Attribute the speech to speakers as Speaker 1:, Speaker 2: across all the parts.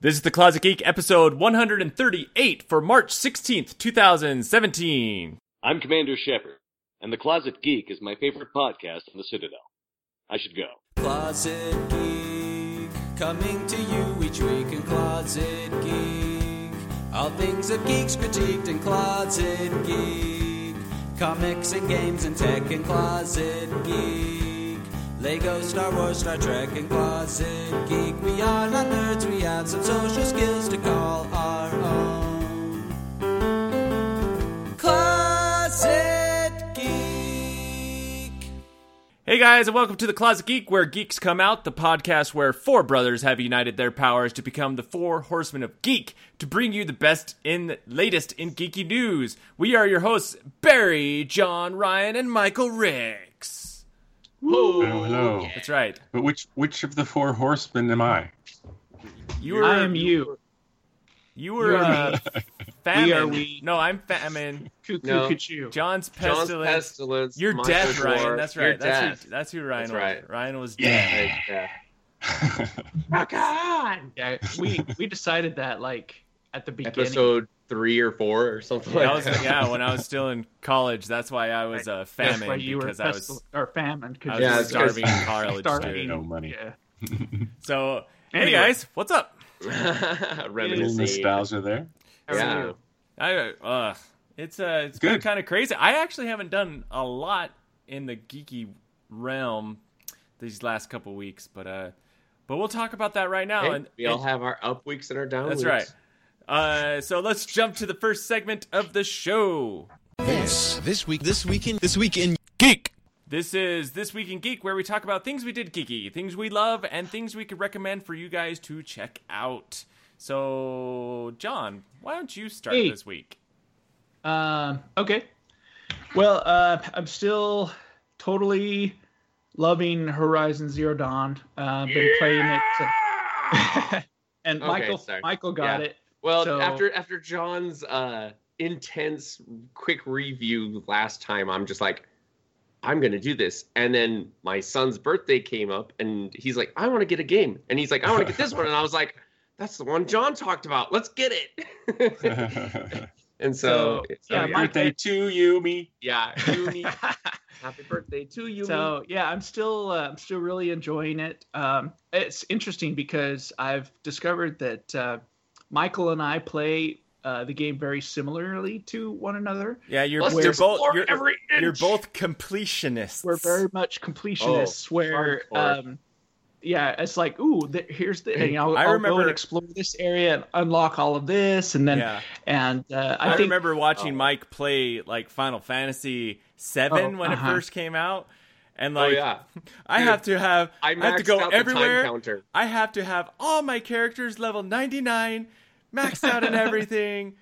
Speaker 1: This is the Closet Geek episode 138 for March 16th, 2017.
Speaker 2: I'm Commander Shepard, and The Closet Geek is my favorite podcast on the Citadel. I should go.
Speaker 3: Closet Geek, coming to you each week in Closet Geek. All things that geeks critiqued in Closet Geek. Comics and games and tech in Closet Geek. Lego, Star Wars, Star Trek, and Closet Geek. We are not nerds, we have some social skills to call our own. Closet Geek.
Speaker 1: Hey guys, and welcome to The Closet Geek, where geeks come out, the podcast where four brothers have united their powers to become the four horsemen of geek to bring you the best in latest in geeky news. We are your hosts, Barry, John, Ryan, and Michael Ricks.
Speaker 4: Oh, hello.
Speaker 1: That's right.
Speaker 4: But which which of the four horsemen am I?
Speaker 1: You were,
Speaker 5: I am you.
Speaker 1: You were
Speaker 5: you are
Speaker 1: uh, famine.
Speaker 5: We are we.
Speaker 1: No, I'm famine.
Speaker 5: Cuckoo,
Speaker 6: No.
Speaker 5: cuckoo.
Speaker 1: John's
Speaker 6: John's
Speaker 1: pestilence.
Speaker 6: pestilence.
Speaker 1: You're
Speaker 6: Michael
Speaker 1: death, Ryan.
Speaker 6: Dwarf,
Speaker 1: That's
Speaker 6: You're
Speaker 1: right. That's
Speaker 6: death.
Speaker 1: who, that's who Ryan
Speaker 6: That's
Speaker 1: was.
Speaker 6: right.
Speaker 1: Ryan was death.
Speaker 4: Yeah.
Speaker 6: Like, yeah.
Speaker 5: Rock on! Yeah, we we decided that like at the beginning.
Speaker 6: Episode three or four or something
Speaker 1: That
Speaker 6: like
Speaker 1: was
Speaker 6: that.
Speaker 1: yeah. When I was still in college, that's why I was uh,
Speaker 5: That's
Speaker 1: famine
Speaker 5: why you were
Speaker 1: because I was
Speaker 5: pestil- or famine.
Speaker 1: I
Speaker 5: Cause
Speaker 1: was
Speaker 6: Yeah,
Speaker 1: a
Speaker 6: it's 'cause-
Speaker 1: starving college
Speaker 5: starving.
Speaker 1: dude.
Speaker 4: No money.
Speaker 5: Yeah.
Speaker 1: So hey
Speaker 5: Anyway.
Speaker 1: guys, what's up?
Speaker 4: Little
Speaker 6: Reminiscing.
Speaker 4: nostalgia there.
Speaker 6: Yeah.
Speaker 1: I uh, it's uh, it's been
Speaker 4: Good.
Speaker 1: kind of crazy. I actually haven't done a lot in the geeky realm these last couple weeks, but uh, but we'll talk about that right now.
Speaker 6: Hey,
Speaker 1: and
Speaker 6: we all have our up weeks and our down
Speaker 1: that's
Speaker 6: weeks.
Speaker 1: right. Uh, so let's jump to the first segment of the show.
Speaker 7: This this week this weekend this weekend
Speaker 1: This is This Week in Geek, where we talk about things we did geeky, things we love, and things we could recommend for you guys to check out. So, John, why don't you start
Speaker 5: Hey.
Speaker 1: this week?
Speaker 5: Um, okay. Well, uh, I'm still totally loving Horizon Zero Dawn. Uh, been playing it. uh, and
Speaker 6: Okay,
Speaker 5: Michael
Speaker 6: sorry.
Speaker 5: Michael got
Speaker 6: Yeah.
Speaker 5: it.
Speaker 6: Well,
Speaker 5: So-
Speaker 6: after after John's uh, intense quick review last time, I'm just like, I'm gonna do this. And then my son's birthday came up, and he's like, I want to get a game, and he's like, I want to get this one, and I was like, That's the one John talked about. Let's get it. and so,
Speaker 5: So,
Speaker 6: so
Speaker 5: yeah,
Speaker 6: yeah,
Speaker 5: my-
Speaker 4: Birthday to you, me.
Speaker 6: yeah, Yumi, happy birthday to Oh, you.
Speaker 5: So yeah, I'm still uh, I'm still really enjoying it. Um, it's interesting because I've discovered that uh, Michael and I play uh, the game very similarly to one another.
Speaker 1: Yeah, you're,
Speaker 6: Let's
Speaker 1: you're
Speaker 6: explore
Speaker 1: both you're,
Speaker 6: every inch.
Speaker 1: you're both completionists.
Speaker 5: We're very much completionists. where
Speaker 6: Oh, hardcore.
Speaker 5: um, yeah, it's like ooh, th- here's the and I'll,
Speaker 1: I
Speaker 5: I'll go
Speaker 1: remember-
Speaker 5: and explore this area and unlock all of this, and then
Speaker 1: yeah.
Speaker 5: and uh, I,
Speaker 1: I,
Speaker 5: think
Speaker 1: remember watching
Speaker 6: Oh.
Speaker 1: Mike play like Final Fantasy Seven when
Speaker 5: uh-huh.
Speaker 1: it first came out, and
Speaker 6: oh
Speaker 1: like
Speaker 6: yeah,
Speaker 1: I
Speaker 6: Dude,
Speaker 1: have to have
Speaker 6: I,
Speaker 1: I,
Speaker 6: maxed
Speaker 1: have to go
Speaker 6: out the time
Speaker 1: everywhere.
Speaker 6: counter.
Speaker 1: I have to have all my characters level 99, maxed out and everything,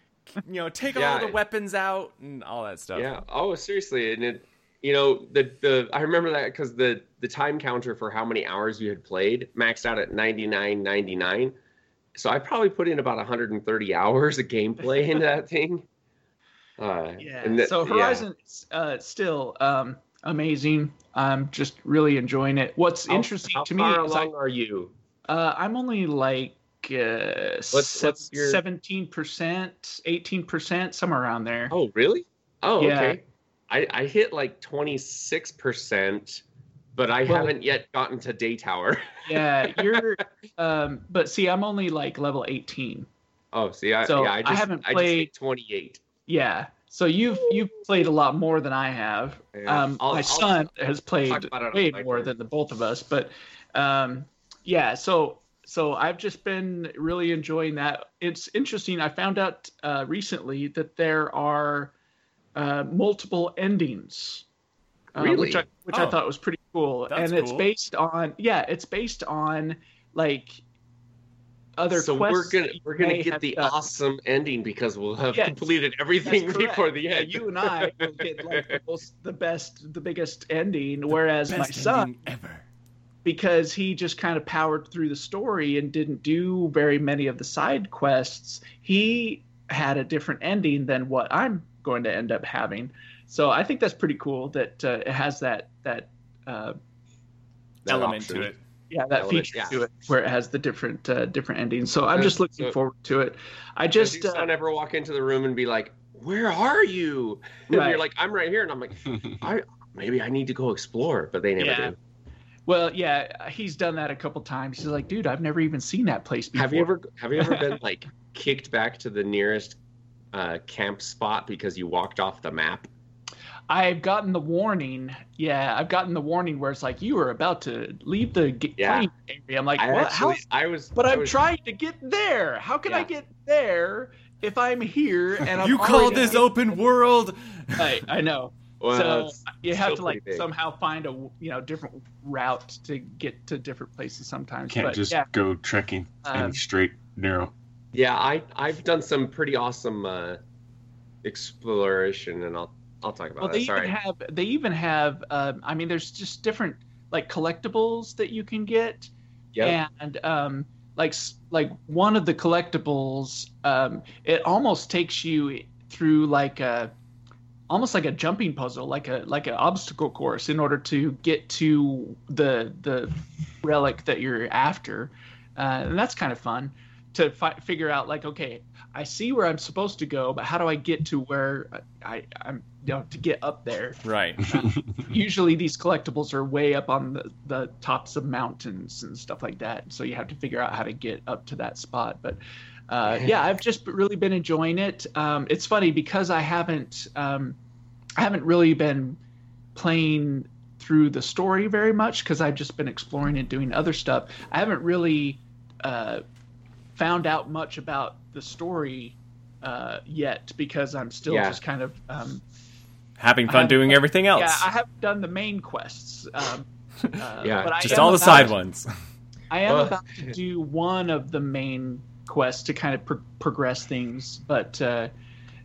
Speaker 1: you know, take all
Speaker 6: Yeah.
Speaker 1: the weapons out and all that stuff.
Speaker 6: Yeah. Oh, seriously. And it, you know, the the I remember that because the the time counter for how many hours you had played maxed out at ninety nine ninety nine. So I probably put in about 130 hours of gameplay into that thing. Uh,
Speaker 5: yeah.
Speaker 6: and that-
Speaker 5: so
Speaker 6: yeah.
Speaker 5: Horizon uh, still um, amazing. I'm just really enjoying it. What's
Speaker 6: How-
Speaker 5: interesting
Speaker 6: how
Speaker 5: to me
Speaker 6: far
Speaker 5: is I
Speaker 6: along are you?
Speaker 5: Uh, I'm only like uh,
Speaker 6: What's- what's your-
Speaker 5: seventeen percent, eighteen percent, somewhere around there.
Speaker 6: Oh, really? Oh,
Speaker 5: Yeah.
Speaker 6: okay. I, I hit like 26%, but I
Speaker 5: Well-
Speaker 6: haven't yet gotten to Day Tower.
Speaker 5: Yeah, you're. um, but see, I'm only like level eighteen.
Speaker 6: Oh, see, I,
Speaker 5: So
Speaker 6: yeah, I,
Speaker 5: I
Speaker 6: just,
Speaker 5: haven't
Speaker 6: I just
Speaker 5: played-
Speaker 6: hit 28.
Speaker 5: Yeah. So you've you've played a lot more than I have.
Speaker 6: Yeah.
Speaker 5: Um,
Speaker 6: I'll-
Speaker 5: my
Speaker 6: I'll-
Speaker 5: son has
Speaker 6: talk
Speaker 5: played
Speaker 6: about it on
Speaker 5: way
Speaker 6: my
Speaker 5: more
Speaker 6: turn.
Speaker 5: than the both of us, but um, yeah. So so I've just been really enjoying that. It's interesting. I found out uh, recently that there are uh, multiple endings, uh,
Speaker 6: Really?
Speaker 5: which I which
Speaker 1: Oh.
Speaker 5: I thought was pretty cool.
Speaker 1: That's
Speaker 5: and it's
Speaker 1: cool.
Speaker 5: based on yeah, it's based on like other
Speaker 6: so
Speaker 5: quests.
Speaker 6: we're gonna
Speaker 5: that you
Speaker 6: we're gonna
Speaker 5: may
Speaker 6: get
Speaker 5: have
Speaker 6: the
Speaker 5: done.
Speaker 6: awesome ending because we'll have
Speaker 5: Yes.
Speaker 6: completed
Speaker 5: That's
Speaker 6: everything
Speaker 5: correct.
Speaker 6: before the
Speaker 5: Yeah,
Speaker 6: end.
Speaker 5: you and I will get like the, most, the best, the biggest ending, whereas my son,
Speaker 1: ever.
Speaker 5: because he just kind of powered through the story and didn't do very many of the side quests, he had a different ending than what I'm going to end up having. So I think that's pretty cool that uh, it has that that uh,
Speaker 6: That
Speaker 1: element
Speaker 6: option.
Speaker 1: to it.
Speaker 5: yeah that
Speaker 6: element,
Speaker 5: feature
Speaker 6: yeah.
Speaker 5: to it where it has the different uh, different endings so i'm
Speaker 6: Uh,
Speaker 5: just looking
Speaker 6: so-
Speaker 5: forward to it i
Speaker 6: Just
Speaker 5: just uh,
Speaker 6: don't ever walk into the room and be like, "Where are you?" And
Speaker 5: Right.
Speaker 6: you're like, "I'm right here," and I'm like, "Maybe I need to go explore," but they never
Speaker 5: Yeah.
Speaker 6: do.
Speaker 5: well yeah he's done that a couple times he's like dude i've never even seen that place before
Speaker 6: Have you ever have you ever been like kicked back to the nearest uh, camp spot because you walked off the map?
Speaker 5: I've gotten the warning. Yeah, I've gotten the warning where it's like you are about to leave the g-
Speaker 6: Yeah.
Speaker 5: plane area. I'm like,
Speaker 6: I
Speaker 5: what?
Speaker 6: actually,
Speaker 5: How?
Speaker 6: I was,
Speaker 5: But
Speaker 6: I
Speaker 5: I'm
Speaker 6: was-
Speaker 5: trying to get there. How can I
Speaker 6: Yeah.
Speaker 5: get there if I'm here and I'm
Speaker 1: you call
Speaker 5: already-
Speaker 1: this open world?
Speaker 5: Right, I know.
Speaker 6: Well,
Speaker 5: so
Speaker 6: it's-
Speaker 5: you have
Speaker 6: still
Speaker 5: to like
Speaker 6: pretty big.
Speaker 5: somehow find a you know different route to get to different places sometimes.
Speaker 4: Can't
Speaker 5: but
Speaker 4: just
Speaker 5: yeah,
Speaker 4: go trekking
Speaker 5: um,
Speaker 4: and straight narrow.
Speaker 6: yeah, I I've done some pretty awesome uh, exploration, and I'll I'll talk about
Speaker 5: well,
Speaker 6: that.
Speaker 5: they
Speaker 6: Sorry.
Speaker 5: even have they even have. Um, I mean, there's just different like collectibles that you can get.
Speaker 6: Yep.
Speaker 5: and um, like s- like one of the collectibles, um, it almost takes you through like a almost like a jumping puzzle, like a like an obstacle course, in order to get to the the relic that you're after, uh, and that's kind of fun to fi- figure out. Like, okay, I see where I'm supposed to go, but how do I get to where I, I I'm you know, to get up there?
Speaker 1: Right.
Speaker 5: usually these collectibles are way up on the, the tops of mountains and stuff like that so you have to figure out how to get up to that spot but uh, yeah i've just really been enjoying it um, it's funny because i haven't um, i haven't really been playing through the story very much because i've just been exploring and doing other stuff i haven't really uh, found out much about the story uh, yet because i'm still
Speaker 6: Yeah.
Speaker 5: just kind of um,
Speaker 1: Having fun doing everything else.
Speaker 5: yeah, I have done the main quests. Um, uh,
Speaker 6: Yeah,
Speaker 5: but I
Speaker 1: just
Speaker 5: am
Speaker 1: all the
Speaker 5: about-
Speaker 1: side ones.
Speaker 5: I am
Speaker 6: Well-
Speaker 5: about to do one of the main quests to kind of pro- progress things, but uh,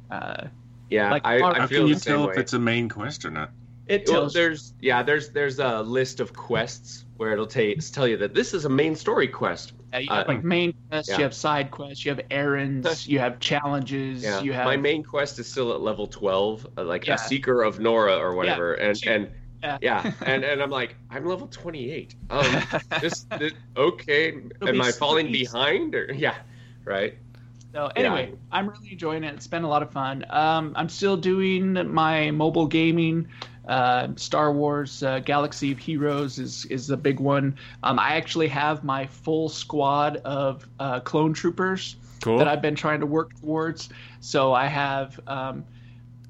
Speaker 5: uh,
Speaker 6: yeah,
Speaker 5: like,
Speaker 6: I,
Speaker 5: how
Speaker 6: I
Speaker 4: How
Speaker 6: feel
Speaker 4: can
Speaker 6: the
Speaker 4: you
Speaker 6: same
Speaker 4: tell
Speaker 6: way.
Speaker 4: if it's a main quest or not?
Speaker 5: it
Speaker 6: Well,
Speaker 5: tells.
Speaker 6: there's yeah, there's there's a list of quests where it'll ta- tell you that this is a main story quest.
Speaker 5: uh, you have
Speaker 6: uh,
Speaker 5: like main quests,
Speaker 6: yeah.
Speaker 5: you have side quests, you have errands, you have challenges,
Speaker 6: Yeah,
Speaker 5: you have
Speaker 6: my main quest is still at level twelve, uh, like
Speaker 5: Yeah.
Speaker 6: a seeker of Nora or whatever, and
Speaker 5: she-
Speaker 6: and
Speaker 5: yeah.
Speaker 6: yeah, and and I'm like I'm level twenty eight. Um, this, this okay? Am
Speaker 5: be
Speaker 6: I
Speaker 5: so
Speaker 6: falling
Speaker 5: easy.
Speaker 6: behind or yeah, right?
Speaker 5: So anyway,
Speaker 6: Yeah.
Speaker 5: I'm really enjoying it. It's been a lot of fun. Um, I'm still doing my mobile gaming. Uh, Star Wars uh, Galaxy of Heroes is is the big one. Um, I actually have my full squad of uh, clone troopers
Speaker 1: Cool.
Speaker 5: that I've been trying to work towards. So I have um,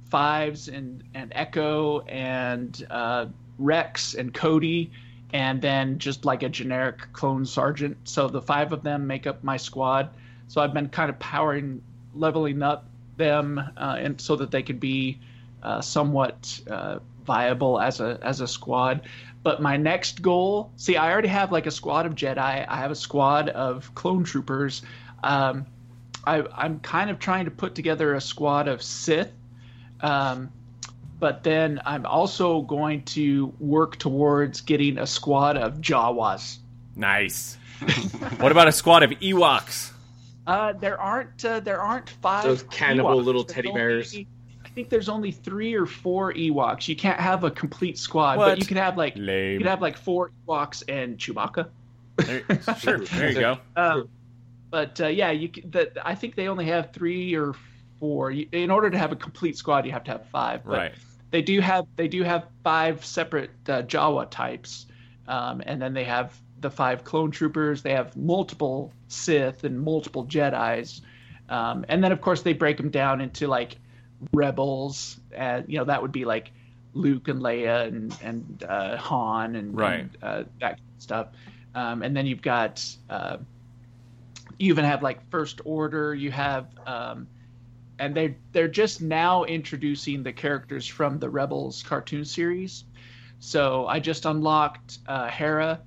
Speaker 5: Fives and and Echo and uh, Rex and Cody, and then just like a generic clone sergeant. So the five of them make up my squad. So I've been kind of powering, leveling up them, uh, and so that they could be uh, somewhat uh, viable as a as a squad. But my next goal, see, I already have like a squad of Jedi. I have a squad of clone troopers. Um, I, I'm kind of trying to put together a squad of Sith. Um, but then I'm also going to work towards getting a squad of Jawas.
Speaker 1: nice. what about a squad of Ewoks?
Speaker 5: Uh, there aren't uh, there aren't five
Speaker 6: Those cannibal
Speaker 5: Ewoks.
Speaker 6: little
Speaker 5: There's
Speaker 6: teddy
Speaker 5: only-
Speaker 6: bears.
Speaker 5: I think there's only three or four Ewoks. You can't have a complete squad,
Speaker 1: What?
Speaker 5: but you can have like you
Speaker 1: Lame.
Speaker 5: can have like four Ewoks and Chewbacca.
Speaker 1: There- sure. There you go.
Speaker 5: Um, but uh, yeah, you c- that I think they only have three or four. You- In order to have a complete squad, you have to have five. But
Speaker 1: Right.
Speaker 5: They do have they do have five separate uh, Jawa types, um, and then they have the five clone troopers. They have multiple Sith and multiple Jedi's, um, and then of course they break them down into like rebels. And you know that would be like Luke and Leia and and uh, Han and,
Speaker 1: Right.
Speaker 5: and, uh, that stuff. Um, and then you've got uh, you even have like First Order. You have um, and they're they're just now introducing the characters from the Rebels cartoon series. So I just unlocked uh, Hera,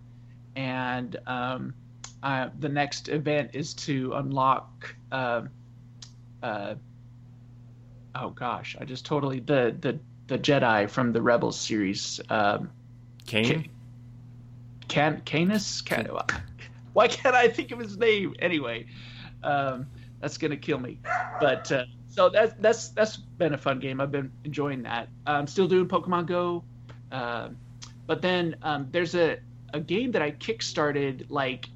Speaker 5: and um, I, the next event is to unlock. um uh, oh gosh, I just totally the the the Jedi from the Rebels series. Um,
Speaker 1: Kane.
Speaker 5: Can Canis? Can, why can't I think of his name? Anyway, um, that's gonna kill me. But uh, so that's that's that's been a fun game. I've been enjoying that. I'm still doing Pokemon Go, um, but then um, there's a, a game that I kickstarted like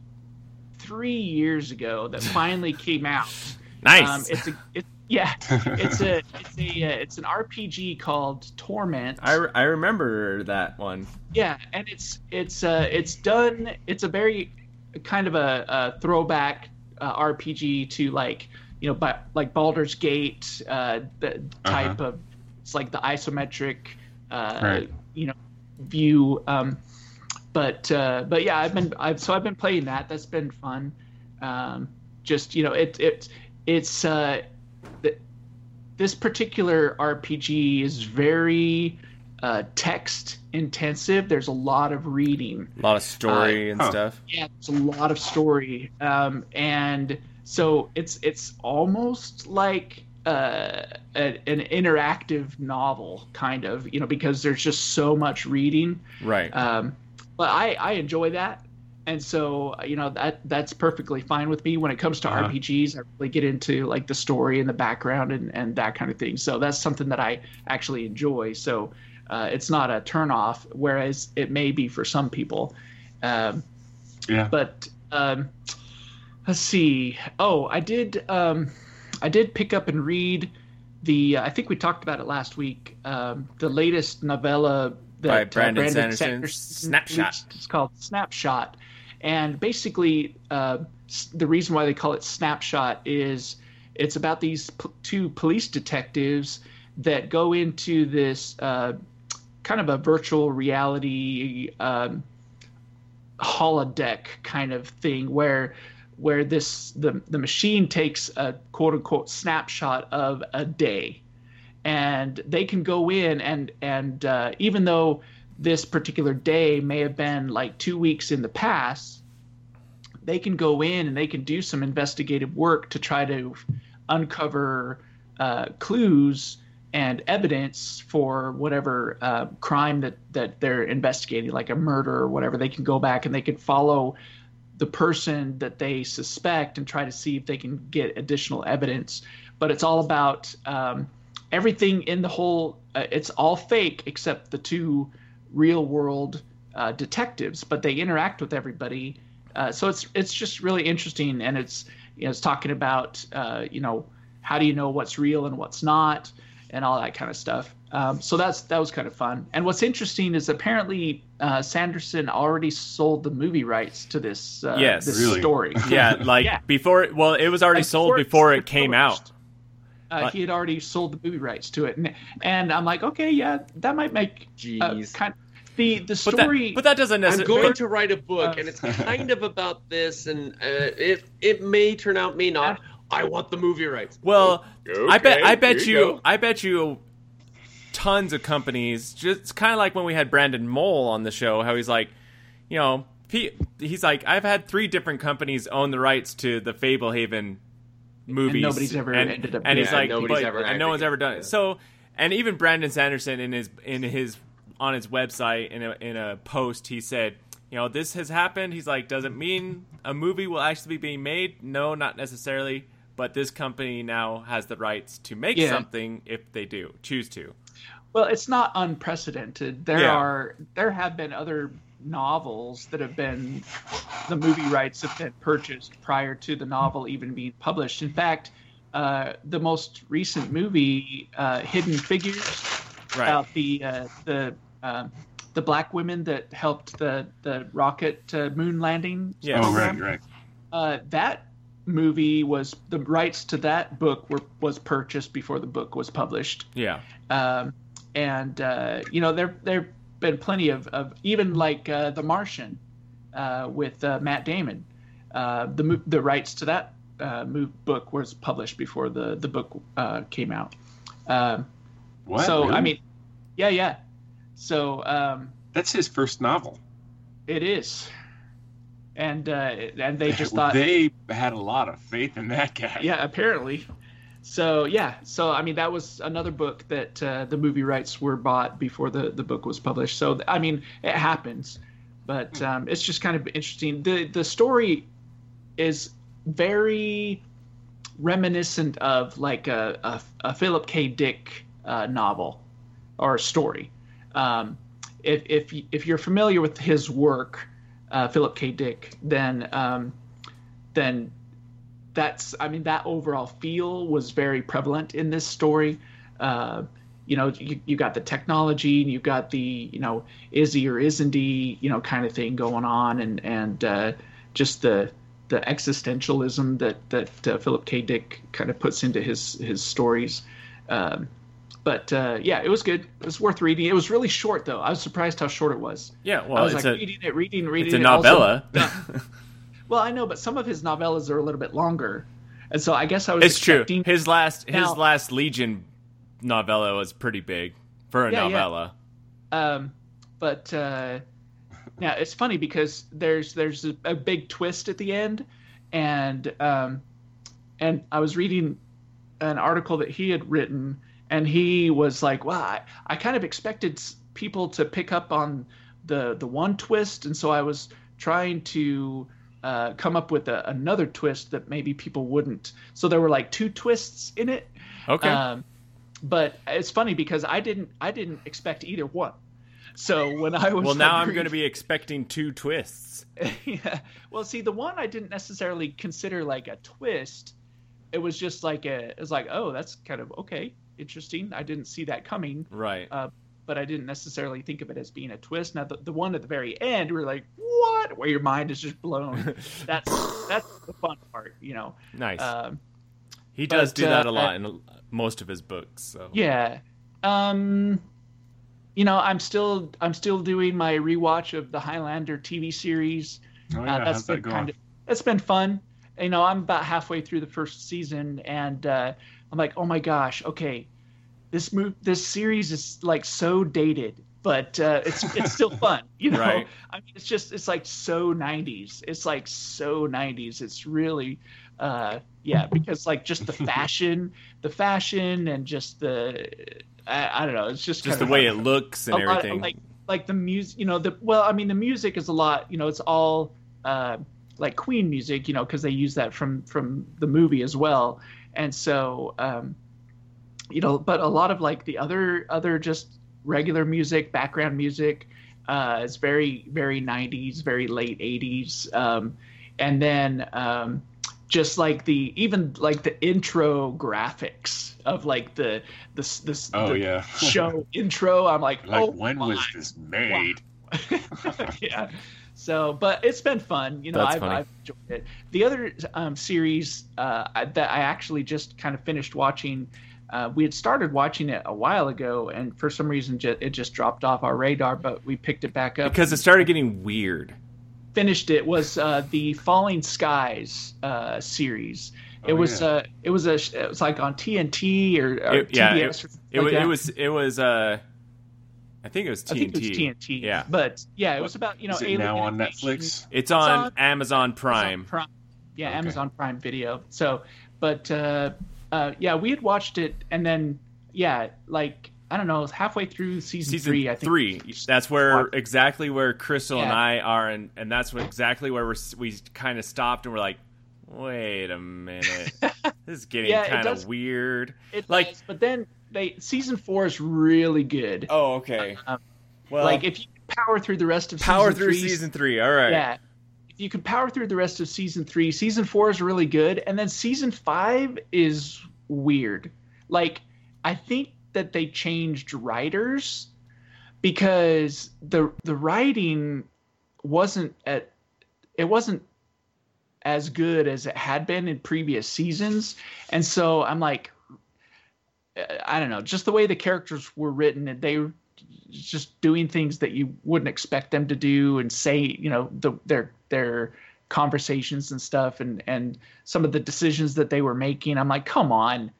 Speaker 5: three years ago that finally came out.
Speaker 1: Nice.
Speaker 5: Um, it's a it's yeah. It's a it's a uh, it's an RPG called Torment.
Speaker 1: I, re- I remember that one.
Speaker 5: Yeah, and it's it's uh it's done. It's a very kind of a, a throwback uh, RPG to like you know, but like Baldur's Gate, uh, the type of it's like the isometric, uh,
Speaker 4: Right.
Speaker 5: you know, view. Um, but uh, but yeah, I've been I've so I've been playing that. That's been fun. Um, just you know, it it it's uh, th- this particular RPG is very uh, text intensive. There's a lot of reading.
Speaker 1: A lot of story and
Speaker 4: huh.
Speaker 1: stuff.
Speaker 5: Yeah, it's a lot of story, um, and so it's it's almost like uh, a, an interactive novel, kind of, you know, because there's just so much reading.
Speaker 1: Right.
Speaker 5: Um, but I I enjoy that, and so you know that that's perfectly fine with me. When it comes to
Speaker 4: Uh-huh.
Speaker 5: RPGs, I really get into like the story and the background and and that kind of thing. So that's something that I actually enjoy. So uh, it's not a turnoff, whereas it may be for some people. Um,
Speaker 4: Yeah.
Speaker 5: but um, let's see. Oh, I did. Um, I did pick up and read the. uh, I think we talked about it last week. Um, the latest novella that
Speaker 1: By
Speaker 5: uh,
Speaker 1: Brandon Sanderson, Snapshot.
Speaker 5: It's called Snapshot, and basically uh, s- the reason why they call it Snapshot is it's about these p- two police detectives that go into this uh, kind of a virtual reality. Um, holodeck kind of thing where where this the the machine takes a quote unquote snapshot of a day and they can go in and and uh, even though this particular day may have been like two weeks in the past they can go in and they can do some investigative work to try to uncover uh, clues and evidence for whatever uh, crime that, that they're investigating, like a murder or whatever. They can go back and they can follow the person that they suspect and try to see if they can get additional evidence. But it's all about um, everything in the whole, uh, it's all fake except the two real world uh, detectives, but they interact with everybody. Uh, so it's it's just really interesting, and it's you know, it's talking about uh, you know how do you know what's real and what's not, and all that kind of stuff. Um, so that's that was kind of fun. And what's interesting is apparently uh, Sanderson already sold the movie rights to this uh,
Speaker 1: Yes.
Speaker 5: this
Speaker 4: Really?
Speaker 5: story.
Speaker 1: yeah, like
Speaker 5: yeah.
Speaker 1: before. It, well, it was already
Speaker 5: Like,
Speaker 1: sold
Speaker 5: it's
Speaker 1: before
Speaker 5: been
Speaker 1: it came
Speaker 5: published.
Speaker 1: out.
Speaker 5: Uh,
Speaker 1: But-
Speaker 5: he had already sold the movie rights to it, and and I'm like, okay, yeah, that might make uh,
Speaker 6: Jeez.
Speaker 5: kind the the
Speaker 1: But that,
Speaker 5: story.
Speaker 1: but that doesn't
Speaker 6: I'm going
Speaker 1: necessarily.
Speaker 6: to write a book, and it's kind of about this, and uh, it it may turn out, may not. I want the movie rights.
Speaker 1: Well, I bet
Speaker 6: Okay,
Speaker 1: I bet
Speaker 6: here
Speaker 1: you,
Speaker 6: you go.
Speaker 1: I bet you tons of companies just kind of like when we had Brandon Mole on the show how he's like you know he, he's like I've had three different companies own the rights to the Fablehaven movies
Speaker 5: nobody's ever
Speaker 1: and,
Speaker 5: ended up
Speaker 1: and
Speaker 5: doing
Speaker 1: he's
Speaker 6: it.
Speaker 1: like
Speaker 6: Yeah, nobody's
Speaker 1: but-
Speaker 6: ever
Speaker 1: and no one's
Speaker 6: acted.
Speaker 1: ever done it so and even Brandon Sanderson in his in his on his website in a in a post he said you know this has happened he's like doesn't mean a movie will actually be being made no not necessarily but this company now has the rights to make
Speaker 5: Yeah.
Speaker 1: something if they do choose to
Speaker 5: Well, it's not unprecedented. There
Speaker 1: Yeah.
Speaker 5: are there have been other novels that have been the movie rights have been purchased prior to the novel even being published. In fact, uh, the most recent movie, uh, Hidden Figures,
Speaker 1: right
Speaker 5: about the uh, the um the black women that helped the the rocket uh, moon landing.
Speaker 1: Yes.
Speaker 4: oh, right, right.
Speaker 5: Uh, that movie was the rights to that book were was purchased before the book was published
Speaker 1: yeah
Speaker 5: um, and uh, you know there there been plenty of, of even like uh, The Martian uh, with uh, Matt Damon. Uh, the mo- the rights to that uh, move book was published before the the book uh, came out. Um,
Speaker 4: What?
Speaker 5: so I
Speaker 4: Really?
Speaker 5: mean, yeah, yeah. So um,
Speaker 4: that's his first novel.
Speaker 5: it is, and uh, and they just thought
Speaker 4: they had a lot of faith in that guy.
Speaker 5: yeah apparently so yeah so i mean that was another book that uh, the movie rights were bought before the, the book was published so i mean it happens but um, it's just kind of interesting the the story is very reminiscent of like a, a, a philip k dick uh, novel or story um, if, if, y- if you're familiar with his work uh, Philip K. Dick, then um, then that's I mean that overall feel was very prevalent in this story. Uh, you know, you, you got the technology and you got the you know is he or isn't he you know kind of thing going on, and and uh, just the the existentialism that that uh, Philip K. Dick kind of puts into his his stories. Um, but uh, yeah, it was good. It was worth reading. It was really short though. I was surprised how short it was.
Speaker 1: Yeah, well,
Speaker 5: I was
Speaker 1: it's
Speaker 5: like
Speaker 1: a
Speaker 5: reading it, reading, reading.
Speaker 1: it's a
Speaker 5: it. Also-
Speaker 1: novella.
Speaker 5: well, I know, but some of his novellas are a little bit longer, and so I guess I was.
Speaker 1: it's true.
Speaker 5: expecting-
Speaker 1: His last his
Speaker 5: Now-
Speaker 1: last Legion novella was pretty big for a
Speaker 5: Yeah, yeah.
Speaker 1: novella.
Speaker 5: Um, but uh, now it's funny because there's there's a, a big twist at the end, and um, and I was reading an article that he had written, and he was like, "Wow, I, I kind of expected s- people to pick up on the the one twist, and so I was trying to." Uh, come up with a, another twist that maybe people wouldn't. So there were like two twists in it,
Speaker 1: Okay.
Speaker 5: um, but it's funny because I didn't I didn't expect either one. So when I was
Speaker 1: well, now
Speaker 5: like,
Speaker 1: I'm going to be expecting two twists.
Speaker 5: yeah. Well, see, the one I didn't necessarily consider like a twist. It was just like a it was like oh that's kind of okay interesting. I didn't see that coming,
Speaker 1: Right.
Speaker 5: uh, but I didn't necessarily think of it as being a twist. Now the, the one at the very end, we're like what? Where your mind is just blown. that's that's the fun part, you know.
Speaker 1: nice.
Speaker 5: Um,
Speaker 1: he does
Speaker 5: but,
Speaker 1: do that
Speaker 5: uh,
Speaker 1: a lot in a- most of his books. So.
Speaker 5: Yeah. Um you know, I'm still I'm still doing my rewatch of the Highlander TV series.
Speaker 4: Oh, yeah,
Speaker 5: uh,
Speaker 4: how's that
Speaker 5: been
Speaker 4: going?
Speaker 5: kind of that's been fun. You know, I'm about halfway through the first season and uh I'm like, "Oh my gosh, okay. This move this series is like so dated, but uh it's it's still fun, you know.
Speaker 1: Right.
Speaker 5: I mean, it's just it's like so 90s. It's like so 90s. It's really uh yeah, because like just the fashion, the fashion and just the I, I don't know, it's just
Speaker 1: Just the
Speaker 5: kind
Speaker 1: way it
Speaker 5: of-
Speaker 1: looks and
Speaker 5: a lot of,
Speaker 1: everything.
Speaker 5: like like the music, you know, the well, I mean the music is a lot, you know, it's all uh like Queen music, you know, because they use that from from the movie as well. And so um you know, but a lot of like the other other just regular music, background music, uh it's very very 90s, very late 80s. Um and then um just like the even like the intro graphics of like the this this
Speaker 4: Oh,
Speaker 5: the
Speaker 4: yeah.
Speaker 5: show intro i'm like,
Speaker 4: like,
Speaker 5: oh
Speaker 4: when
Speaker 5: my.
Speaker 4: was this made?
Speaker 5: yeah so but it's been fun you know
Speaker 1: That's
Speaker 5: I've,
Speaker 1: funny.
Speaker 5: I've enjoyed it the other um, series uh, I- that i actually just kind of finished watching uh, we had started watching it a while ago and for some reason ju- it just dropped off our radar but we picked it back up
Speaker 1: because it started getting weird.
Speaker 5: finished it was uh, the Falling Skies uh, series. It
Speaker 4: Oh,
Speaker 5: was
Speaker 4: yeah.
Speaker 5: uh, it was a sh- it was like on TNT or, or
Speaker 1: It- yeah, it,
Speaker 5: TBS. or something
Speaker 1: it,
Speaker 5: like
Speaker 1: was,
Speaker 5: that.
Speaker 1: it was it was uh, I think it was TNT.
Speaker 5: I think it was TNT.
Speaker 1: Yeah,
Speaker 5: but yeah, it was about you know
Speaker 4: Is it
Speaker 5: alien
Speaker 4: now on
Speaker 5: invasion,
Speaker 4: Netflix?
Speaker 1: it's on,
Speaker 5: on-
Speaker 1: Amazon
Speaker 5: Amazon
Speaker 1: Prime.
Speaker 5: Yeah,
Speaker 4: Okay.
Speaker 5: Amazon Prime Video. So, but uh, uh, yeah, we had watched it and then yeah, like I don't know, halfway through season,
Speaker 1: Season
Speaker 5: three, I think
Speaker 1: That's where exactly where Crystal and
Speaker 5: Yeah.
Speaker 1: I are, and and that's what, exactly where we're, s- we kind of stopped and we're like, wait a minute, this is getting
Speaker 5: Yeah, it
Speaker 1: kind of
Speaker 5: does-
Speaker 1: weird.
Speaker 5: It
Speaker 1: like-
Speaker 5: does, but then they season four is really good.
Speaker 1: Oh, okay.
Speaker 5: Um,
Speaker 1: well,
Speaker 5: like if you power through the rest of
Speaker 1: power
Speaker 5: season
Speaker 1: through
Speaker 5: three,
Speaker 1: season three. All right.
Speaker 5: Yeah. If you can power through the rest of season three, season four is really good. And then season five is weird. Like, I think that they changed writers because the the writing wasn't at it wasn't as good as it had been in previous seasons. And so I'm like I don't know, just the way the characters were written and they were just doing things that you wouldn't expect them to do and say, you know, the, their their conversations and stuff and and some of the decisions that they were making. I'm like, come on,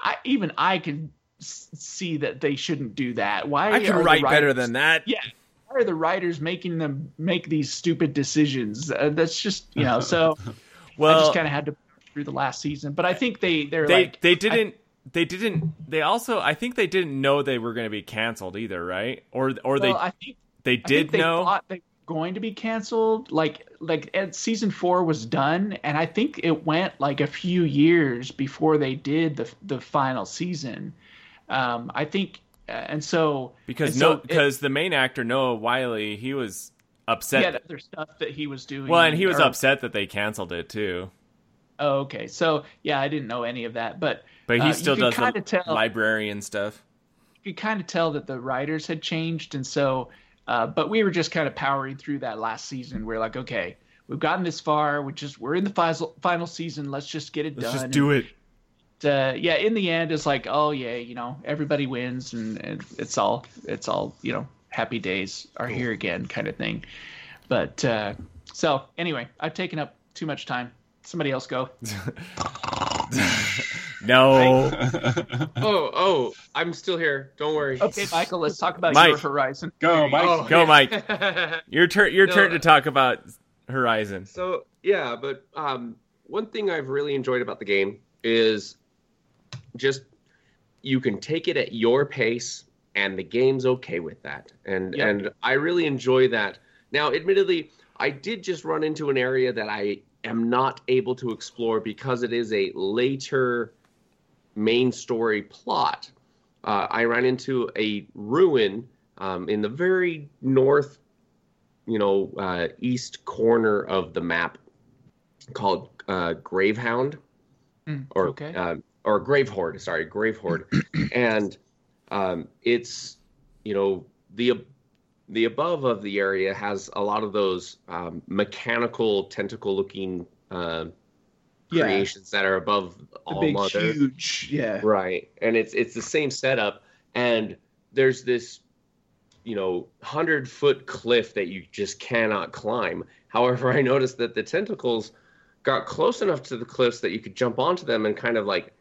Speaker 5: I even I can s- see that they shouldn't do that. Why
Speaker 1: I can
Speaker 5: are the
Speaker 1: write better
Speaker 5: writers-
Speaker 1: than that.
Speaker 5: Yeah, why are the writers making them make these stupid decisions? Uh, that's just you know. So I
Speaker 1: Well,
Speaker 5: just kind of had to power through the last season, but I think they they're
Speaker 1: they
Speaker 5: like
Speaker 1: they didn't they didn't they also I think they didn't know they were going to be canceled either, right? Or or
Speaker 5: well,
Speaker 1: they
Speaker 5: I think
Speaker 1: they
Speaker 5: I think
Speaker 1: did
Speaker 5: they
Speaker 1: know.
Speaker 5: thought they were going to be canceled like like at season four was done and i think it went like a few years before they did the the final season um i think uh, and so
Speaker 1: because
Speaker 5: and
Speaker 1: no
Speaker 5: so it-
Speaker 1: because the main actor Noah Wiley he was
Speaker 5: He
Speaker 1: upset.
Speaker 5: had other stuff that he was doing.
Speaker 1: well, and he was
Speaker 5: or-
Speaker 1: upset that they canceled it too.
Speaker 5: Oh, okay. So yeah, I didn't know any of that, but
Speaker 1: But he
Speaker 5: uh,
Speaker 1: still
Speaker 5: you
Speaker 1: does
Speaker 5: kind
Speaker 1: the
Speaker 5: of tell.
Speaker 1: librarian stuff.
Speaker 5: you could kind of tell that the writers had changed, and so, uh, but we were just kind of powering through that last season. We are like, okay, we've gotten this far. We just we're in the final final season. Let's just get it
Speaker 1: Let's
Speaker 5: done.
Speaker 1: just do it.
Speaker 5: And, uh, yeah, in the end, it's like, oh yeah, you know, everybody wins, and, and it's all it's all you know, happy days are here again, kind of thing. But uh, so anyway, I've taken up too much time. Somebody else go.
Speaker 1: No, Uh-huh.
Speaker 6: Oh, oh, I'm still here. Don't worry.
Speaker 5: Okay, Michael, let's talk about
Speaker 1: Mike.
Speaker 5: your horizon.
Speaker 4: Go, Mike.
Speaker 6: Oh.
Speaker 1: go, Mike. Your turn. Your
Speaker 6: No.
Speaker 1: turn to talk about Horizon.
Speaker 6: So yeah, but um, one thing I've really enjoyed about the game is just you can take it at your pace, and the game's okay with that. And
Speaker 5: Yeah.
Speaker 6: and I really enjoy that. Now, admittedly, I did just run into an area that I am not able to explore because it is a later main story plot. Uh, I ran into a ruin um, in the very north you know, uh, east corner of the map called uh, Gravehound
Speaker 5: Mm,
Speaker 6: or
Speaker 5: okay.
Speaker 6: uh, or Grave Horde. Sorry, Grave Horde, and um, it's you know the ab- the above of the area has a lot of those um, mechanical tentacle looking uh,
Speaker 5: Yeah.
Speaker 6: creations that are above all mother.
Speaker 5: huge, yeah.
Speaker 6: Right. And it's it's the same setup and there's this you know 100 foot cliff that you just cannot climb. However, I noticed that the tentacles got close enough to the cliffs that you could jump onto them and kind of like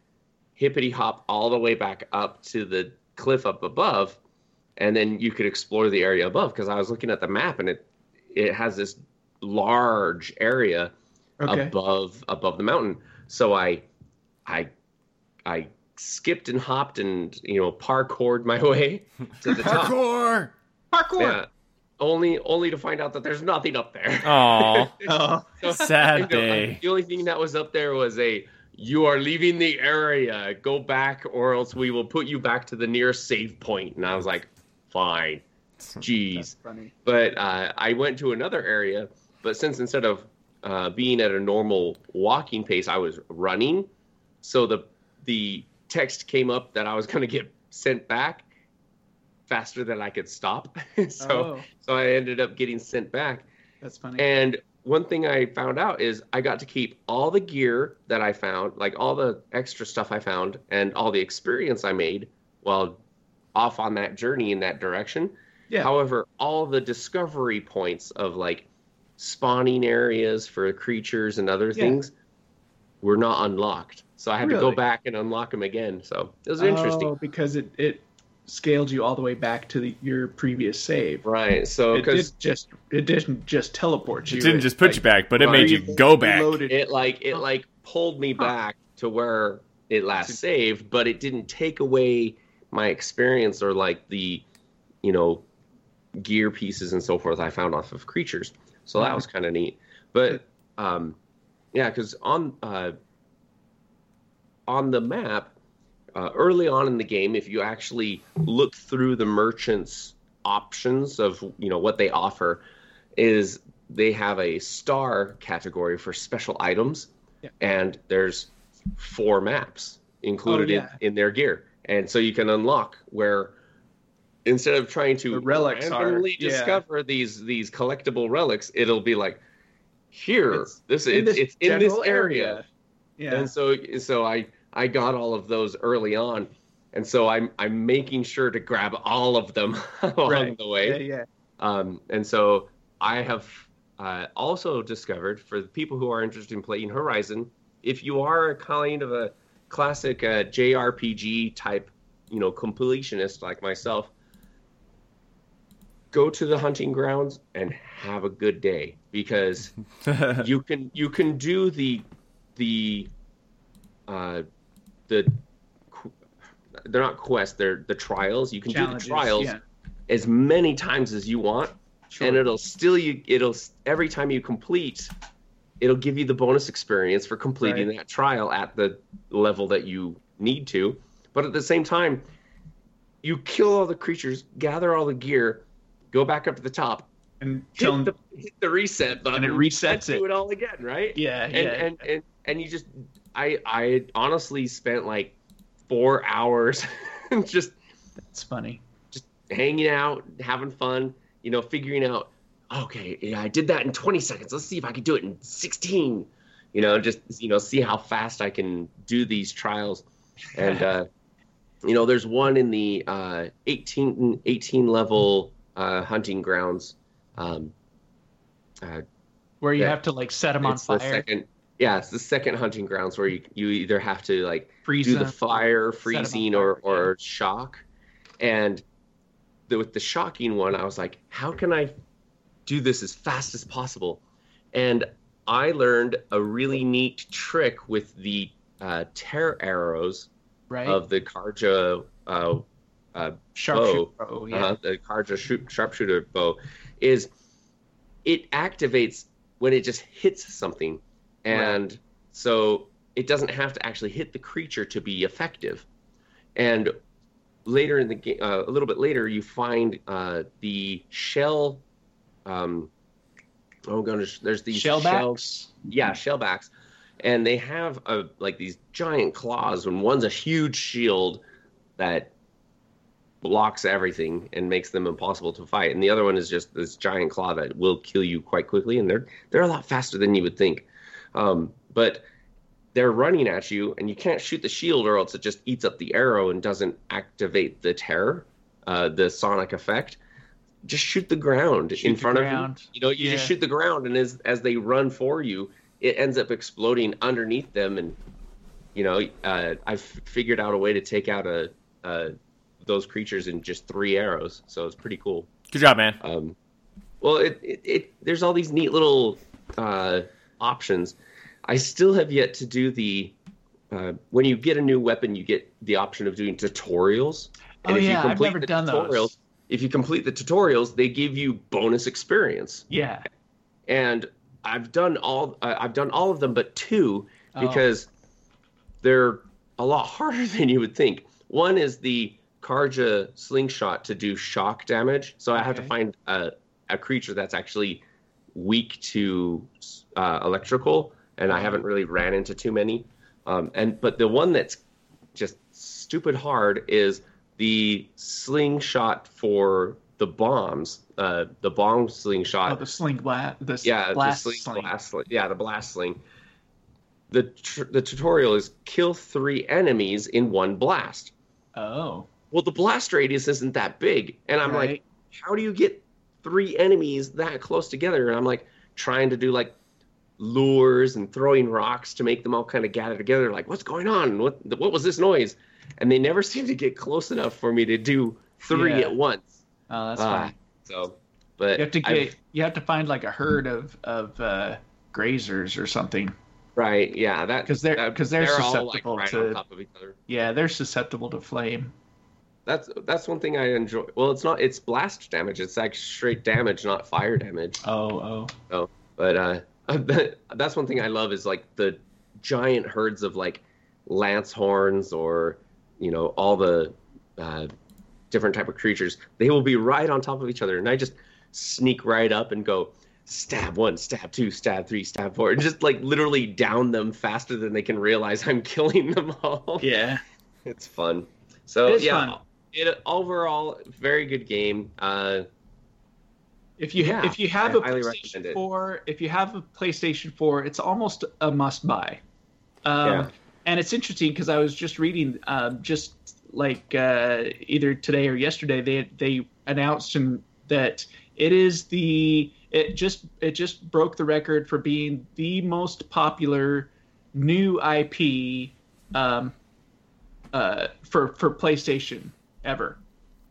Speaker 6: hippity hop all the way back up to the cliff up above and then you could explore the area above because I was looking at the map and it it has this large area
Speaker 5: Okay.
Speaker 6: above above the mountain. So I I I skipped and hopped and you know parkoured my way to the top.
Speaker 1: Parkour.
Speaker 6: Yeah. Only only to find out that there's nothing up there.
Speaker 1: Aw,
Speaker 5: Oh,
Speaker 6: So, you
Speaker 1: sad
Speaker 6: know,
Speaker 1: day.
Speaker 6: the only thing that was up there was a you are leaving the area. Go back or else we will put you back to the nearest save point. And I was like, fine. Jeez.
Speaker 5: funny.
Speaker 6: but uh, I went to another area. But since instead of uh, being at a normal walking pace, I was running, so the the text came up that I was going to get sent back faster than I could stop. so
Speaker 5: oh,
Speaker 6: so I ended up getting sent back.
Speaker 5: that's funny.
Speaker 6: And one thing I found out is I got to keep all the gear that I found, like all the extra stuff I found, and all the experience I made while off on that journey in that direction.
Speaker 5: Yeah.
Speaker 6: However, all the discovery points of like spawning areas for creatures and other
Speaker 5: Yeah.
Speaker 6: things were not unlocked. So I had to go
Speaker 5: Really?
Speaker 6: back and unlock them again. So it was interesting.
Speaker 5: Oh, because it it scaled you all the way back to the, your previous save.
Speaker 6: Right. So
Speaker 5: It
Speaker 6: because
Speaker 5: did just it didn't just teleport you.
Speaker 1: It didn't just put you back, but it made you
Speaker 5: Reloaded-
Speaker 1: go back.
Speaker 5: reloaded.
Speaker 6: it like it like pulled me back to where it last saved but it didn't take away my experience or like the you know gear pieces and so forth i found off of creatures so that was kind of neat but um yeah because on uh on the map uh, early on in the game if you actually look through the merchants options of you know what they offer is they have a star category for special items
Speaker 5: Yeah.
Speaker 6: and there's four maps included
Speaker 5: Oh, yeah.
Speaker 6: in, in their gear and so you can unlock where instead of trying to
Speaker 5: The relics are-
Speaker 6: randomly
Speaker 5: yeah.
Speaker 6: discover these these collectible relics it'll be like here
Speaker 5: It's
Speaker 6: this is it's, it's in this
Speaker 5: general
Speaker 6: area
Speaker 5: Yeah.
Speaker 6: and so so I I got all of those early on, and so I'm I'm making sure to grab all of them along
Speaker 5: Right.
Speaker 6: the
Speaker 5: yeah,
Speaker 6: way.
Speaker 5: yeah.
Speaker 6: Um, and so I have uh, also discovered for the people who are interested in playing Horizon, if you are a kind of a classic uh, JRPG type, you know, completionist like myself, go to the hunting grounds and have a good day because you can you can do the the uh the qu- they're not quests they're the trials you can
Speaker 5: Challenges,
Speaker 6: do the trials
Speaker 5: yeah.
Speaker 6: as many times as you want
Speaker 5: Sure.
Speaker 6: and it'll still you it'll s- every time you complete it'll give you the bonus experience for completing
Speaker 5: Right.
Speaker 6: that trial at the level that you need to but at the same time you kill all the creatures gather all the gear go back up to the top
Speaker 5: and
Speaker 6: hit
Speaker 5: telling
Speaker 6: the, hit the reset button
Speaker 5: and it resets
Speaker 6: and
Speaker 5: it.
Speaker 6: do it all again, right?
Speaker 5: Yeah,
Speaker 6: and,
Speaker 5: yeah.
Speaker 6: and and and you just I I honestly spent like four hours just
Speaker 5: That's funny.
Speaker 6: hanging out, having fun, you know, figuring out okay, yeah, I did that in 20 seconds. Let's see if I can do it in 16. You know, just you know, see how fast I can do these trials. And uh, you know, there's one in the uh, 18 18 level uh, hunting grounds. Um,
Speaker 5: Where you
Speaker 6: Yeah.
Speaker 5: have to like set them on
Speaker 6: it's the
Speaker 5: fire,
Speaker 6: second yeah it's the second hunting grounds where you, you either have to like
Speaker 5: freeze
Speaker 6: do the
Speaker 5: them.
Speaker 6: fire
Speaker 5: set 'em on
Speaker 6: freezing
Speaker 5: fire,
Speaker 6: or or shock and the, with the shocking one i was like how can i do this as fast as possible and i learned a really neat trick with the uh, tear arrows
Speaker 5: right?
Speaker 6: of the karja uh, uh,
Speaker 5: Sharpshooter. Oh, yeah.
Speaker 6: uh, the Karja shoot, sharpshooter bow, is it activates when it just hits something, and so it doesn't have to actually hit the creature to be effective. And later in the game, uh, a little bit later, you find uh, the shell. Um, oh gosh, there's these
Speaker 5: Shellbacks.
Speaker 6: yeah shellbacks and they have uh like these giant claws and one's a huge shield that blocks everything and makes them impossible to fight and the other one is just this giant claw that will kill you quite quickly and they're they're a lot faster than you would think um, but they're running at you and you can't shoot the shield or else it just eats up the arrow and doesn't activate the terror uh, the sonic effect just shoot the ground
Speaker 5: Shoot
Speaker 6: in
Speaker 5: the
Speaker 6: front of you
Speaker 5: ground.
Speaker 6: you know you just
Speaker 5: Yeah.
Speaker 6: shoot the ground and as as they run for you it ends up exploding underneath them and you know uh, i've figured out a way to take out a, uh those creatures in just three arrows so it's pretty cool
Speaker 1: Good job, man.
Speaker 6: um, well, it, it, it there's all these neat little uh, options. I still have yet to do the uh, when you get a new weapon, you get the option of doing tutorials.
Speaker 5: Oh, yeah, I've never done those.
Speaker 6: If you complete the tutorials, they give you bonus experience,
Speaker 5: Yeah.
Speaker 6: and I've done all uh, I've done all of them but two
Speaker 5: Oh.
Speaker 6: because they're a lot harder than you would think. One is the Karja slingshot to do shock damage, so I have to
Speaker 5: Okay.
Speaker 6: find a, a creature that's actually weak to uh, electrical, and
Speaker 5: Uh-huh.
Speaker 6: I haven't really ran into too many. Um, and but the one that's just stupid hard is the slingshot for the bombs, uh, the bomb slingshot
Speaker 5: Oh, the sling blast. The
Speaker 6: yeah,
Speaker 5: blast
Speaker 6: the sling,
Speaker 5: sling.
Speaker 6: blast sling. Yeah, the blast sling. The tr- the tutorial is kill three enemies in one blast.
Speaker 5: Oh,
Speaker 6: Well, the blast radius isn't that big, and I'm like,
Speaker 5: right.
Speaker 6: how do you get three enemies that close together? And I'm like trying to do like lures and throwing rocks to make them all kind of gather together. Like, what's going on? What what was this noise? And they never seem to get close enough for me to do three
Speaker 5: Yeah.
Speaker 6: at once.
Speaker 5: oh, that's
Speaker 6: Ah,
Speaker 5: fine.
Speaker 6: So, but
Speaker 5: You have to
Speaker 6: I've-
Speaker 5: get. You have to find like a herd of of uh, grazers or something
Speaker 6: right. Yeah, that
Speaker 5: because they're
Speaker 6: that-
Speaker 5: because they're,
Speaker 6: all
Speaker 5: susceptible
Speaker 6: like right on
Speaker 5: to
Speaker 6: top of each other.
Speaker 5: yeah they're susceptible to flame.
Speaker 6: That's that's one thing I enjoy. Well, it's not it's blast damage. It's like straight damage, not fire damage.
Speaker 5: Oh oh
Speaker 6: But uh, that's one thing I love is like the giant herds of like lance horns or you know all the uh, different type of creatures. They will be right on top of each other, and I just sneak right up and go stab one, stab two, stab three, stab four, and just like literally down them faster than they can realize I'm killing them all.
Speaker 5: yeah.
Speaker 6: It's fun. So
Speaker 5: It is
Speaker 6: yeah,
Speaker 5: fun.
Speaker 6: it overall very good game. Uh,
Speaker 5: If you
Speaker 6: Yeah,
Speaker 5: if you have
Speaker 6: I
Speaker 5: a
Speaker 6: highly
Speaker 5: PlayStation
Speaker 6: recommend it.
Speaker 5: Four, if you have a PlayStation Four, it's almost a must buy. Um,
Speaker 6: Yeah.
Speaker 5: And it's interesting because I was just reading, um, just like uh, either today or yesterday, they they announced and that it is the it just it just broke the record for being the most popular new IP um, uh, for for PlayStation ever.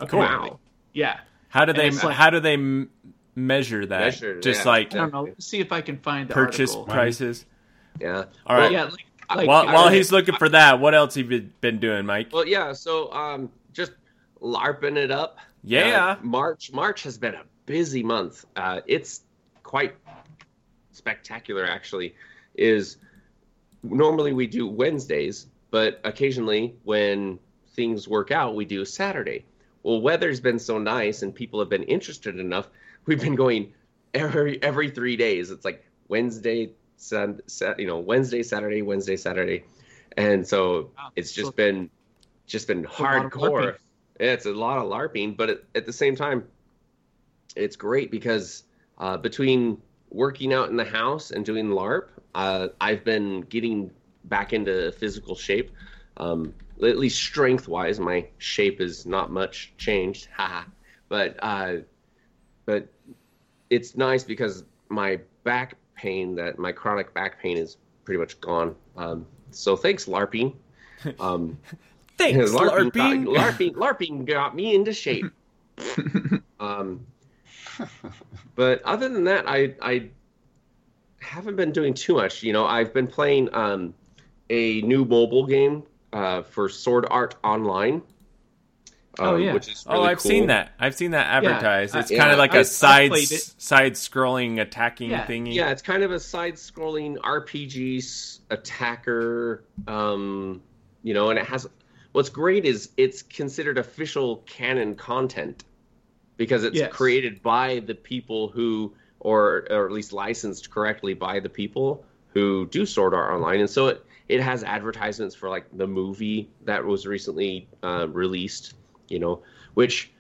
Speaker 5: apparently.
Speaker 6: wow.
Speaker 5: Yeah.
Speaker 1: How do
Speaker 5: And
Speaker 1: they
Speaker 5: it's like-
Speaker 1: how do they m- measure that?
Speaker 6: Measure,
Speaker 1: Just
Speaker 6: yeah.
Speaker 1: like
Speaker 5: I don't know. Let's see if I can find the
Speaker 1: purchase
Speaker 5: article.
Speaker 1: prices.
Speaker 6: Yeah.
Speaker 1: All right.
Speaker 5: Yeah, like, like
Speaker 1: while
Speaker 6: I
Speaker 1: while
Speaker 6: don't-
Speaker 1: he's looking for that, what else have you been doing, Mike?
Speaker 6: Well, yeah. So um, just larping it up.
Speaker 1: yeah.
Speaker 6: Uh, March March has been a busy month. Uh, it's quite spectacular, actually. Is normally we do Wednesdays, but occasionally when things work out, we do Saturday. Well, weather's been so nice and people have been interested enough. We've been going every every three days. It's like Wednesday, sun, sat, you know, Wednesday, Saturday, Wednesday, Saturday, and so
Speaker 5: Wow.
Speaker 6: it's
Speaker 5: So-
Speaker 6: just been just been
Speaker 5: a lot of
Speaker 6: hardcore.
Speaker 5: LARPing.
Speaker 6: Yeah, it's a lot of LARPing, but at, at the same time, it's great because uh, between working out in the house and doing LARP, uh, I've been getting back into physical shape. Um, at least strength wise, my shape is not much changed. Haha. but uh, but it's nice because my back pain, that my chronic back pain, is pretty much gone. Um, so thanks, LARPing. Um,
Speaker 1: Thanks,
Speaker 6: LARPing,
Speaker 1: LARPing.
Speaker 6: Got, LARPing, LARPing got me into shape. um, but other than that, I I haven't been doing too much. You know, I've been playing um, a new mobile game uh, for Sword Art Online. um,
Speaker 5: Oh, yeah.
Speaker 6: which is
Speaker 1: oh,
Speaker 6: really
Speaker 1: I've
Speaker 6: cool.
Speaker 1: seen that. I've seen that
Speaker 5: Yeah,
Speaker 1: advertised. it's
Speaker 6: I-
Speaker 1: kind
Speaker 6: yeah,
Speaker 1: of like
Speaker 5: I-
Speaker 1: a
Speaker 5: I've
Speaker 1: side
Speaker 5: played it.
Speaker 1: side scrolling attacking
Speaker 5: Yeah,
Speaker 1: thingy.
Speaker 6: Yeah, it's kind of a side-scrolling RPG s- attacker. Um, you know, and it has. What's great is it's considered official canon content because it's
Speaker 5: Yes.
Speaker 6: created by the people who, or or at least licensed correctly by the people who do Sword Art Online, and so it it has advertisements for like the movie that was recently uh, released. You know, which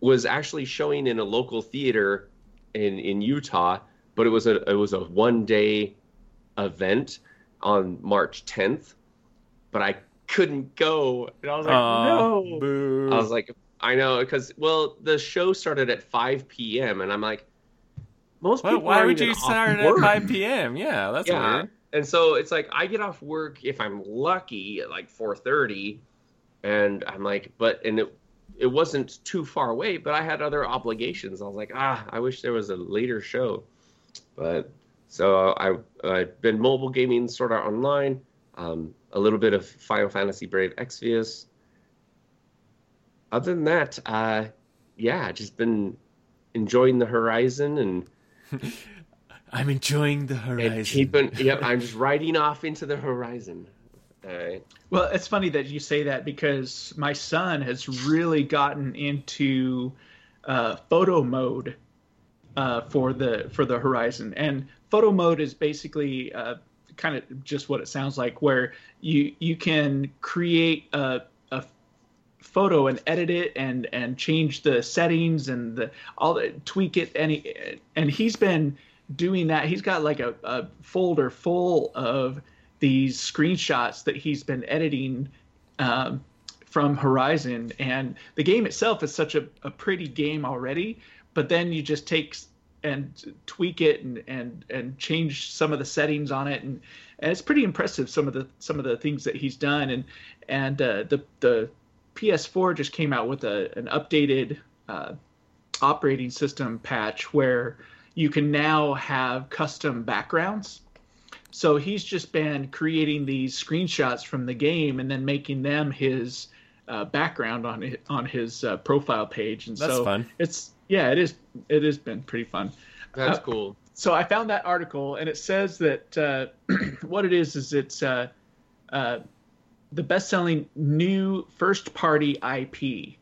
Speaker 6: was actually showing in a local theater in in Utah, but it was a it was a one day event on March 10th, but I couldn't go, and I was like,
Speaker 1: Aw,
Speaker 6: no.
Speaker 1: boo.
Speaker 6: I was like, I know, because well, the show started at 5 p.m. and I'm like, most
Speaker 1: Why-
Speaker 6: people
Speaker 1: why
Speaker 6: aren't
Speaker 1: would
Speaker 6: even
Speaker 1: you
Speaker 6: off
Speaker 1: start at
Speaker 6: work.
Speaker 1: 5 p.m.? Yeah, that's
Speaker 6: yeah,
Speaker 1: weird.
Speaker 6: and so it's like I get off work if I'm lucky at like 4:30, and I'm like, but and it it wasn't too far away, but I had other obligations. I was like, ah, I wish there was a later show, but so I I've been mobile gaming sort of online, um, a little bit of Final Fantasy Brave Exvius. Other than that, uh, yeah, just been enjoying the horizon and
Speaker 1: I'm enjoying the
Speaker 6: and
Speaker 1: horizon.
Speaker 6: keep an, yep, I'm just riding off into the horizon. All right.
Speaker 5: Well, it's funny that you say that because my son has really gotten into uh, photo mode uh, for the for the Horizon, and photo mode is basically uh, kind of just what it sounds like, where you you can create a, a photo and edit it and and change the settings and the all the tweak it any and he's been doing that he's got like a, a folder full of these screenshots that he's been editing um, from horizon and the game itself is such a, a pretty game already but then you just take s- and tweak it and and and change some of the settings on it and, and it's pretty impressive some of the some of the things that he's done and and uh, the the PS4 just came out with a an updated uh, operating system patch where you can now have custom backgrounds. So he's just been creating these screenshots from the game and then making them his uh, background on hi- on his uh, profile page. And
Speaker 1: That's
Speaker 5: so
Speaker 1: fun.
Speaker 5: it's yeah, it is it has been pretty fun
Speaker 6: That's
Speaker 5: Uh,
Speaker 6: cool.
Speaker 5: so I found that article, and it says that uh, what it is is it's uh, uh, the best-selling new first-party IP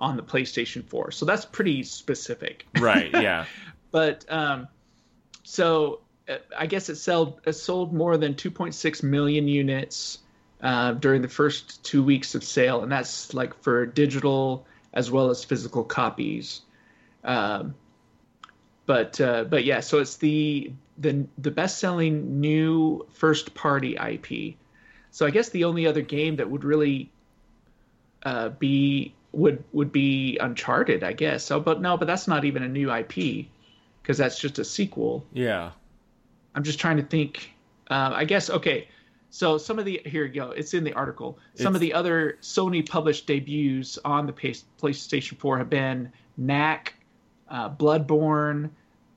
Speaker 5: on the PlayStation 4. So that's pretty specific.
Speaker 1: right, yeah.
Speaker 5: But um, so uh, I guess it sold it sold more than 2.6 million units uh, during the first two weeks of sale, and that's like for digital as well as physical copies. Um, but uh, but yeah, so it's the the the best selling new first party IP. So I guess the only other game that would really uh, be would would be Uncharted, I guess. So, but no, but that's not even a new IP because that's just a sequel.
Speaker 1: Yeah.
Speaker 5: I'm just trying to think. Um, I guess okay. So some of the here you go. It's in the article. Some of
Speaker 1: It's-
Speaker 5: the other Sony published debuts on the Pay- PlayStation 4 have been Knack, uh, Bloodborne,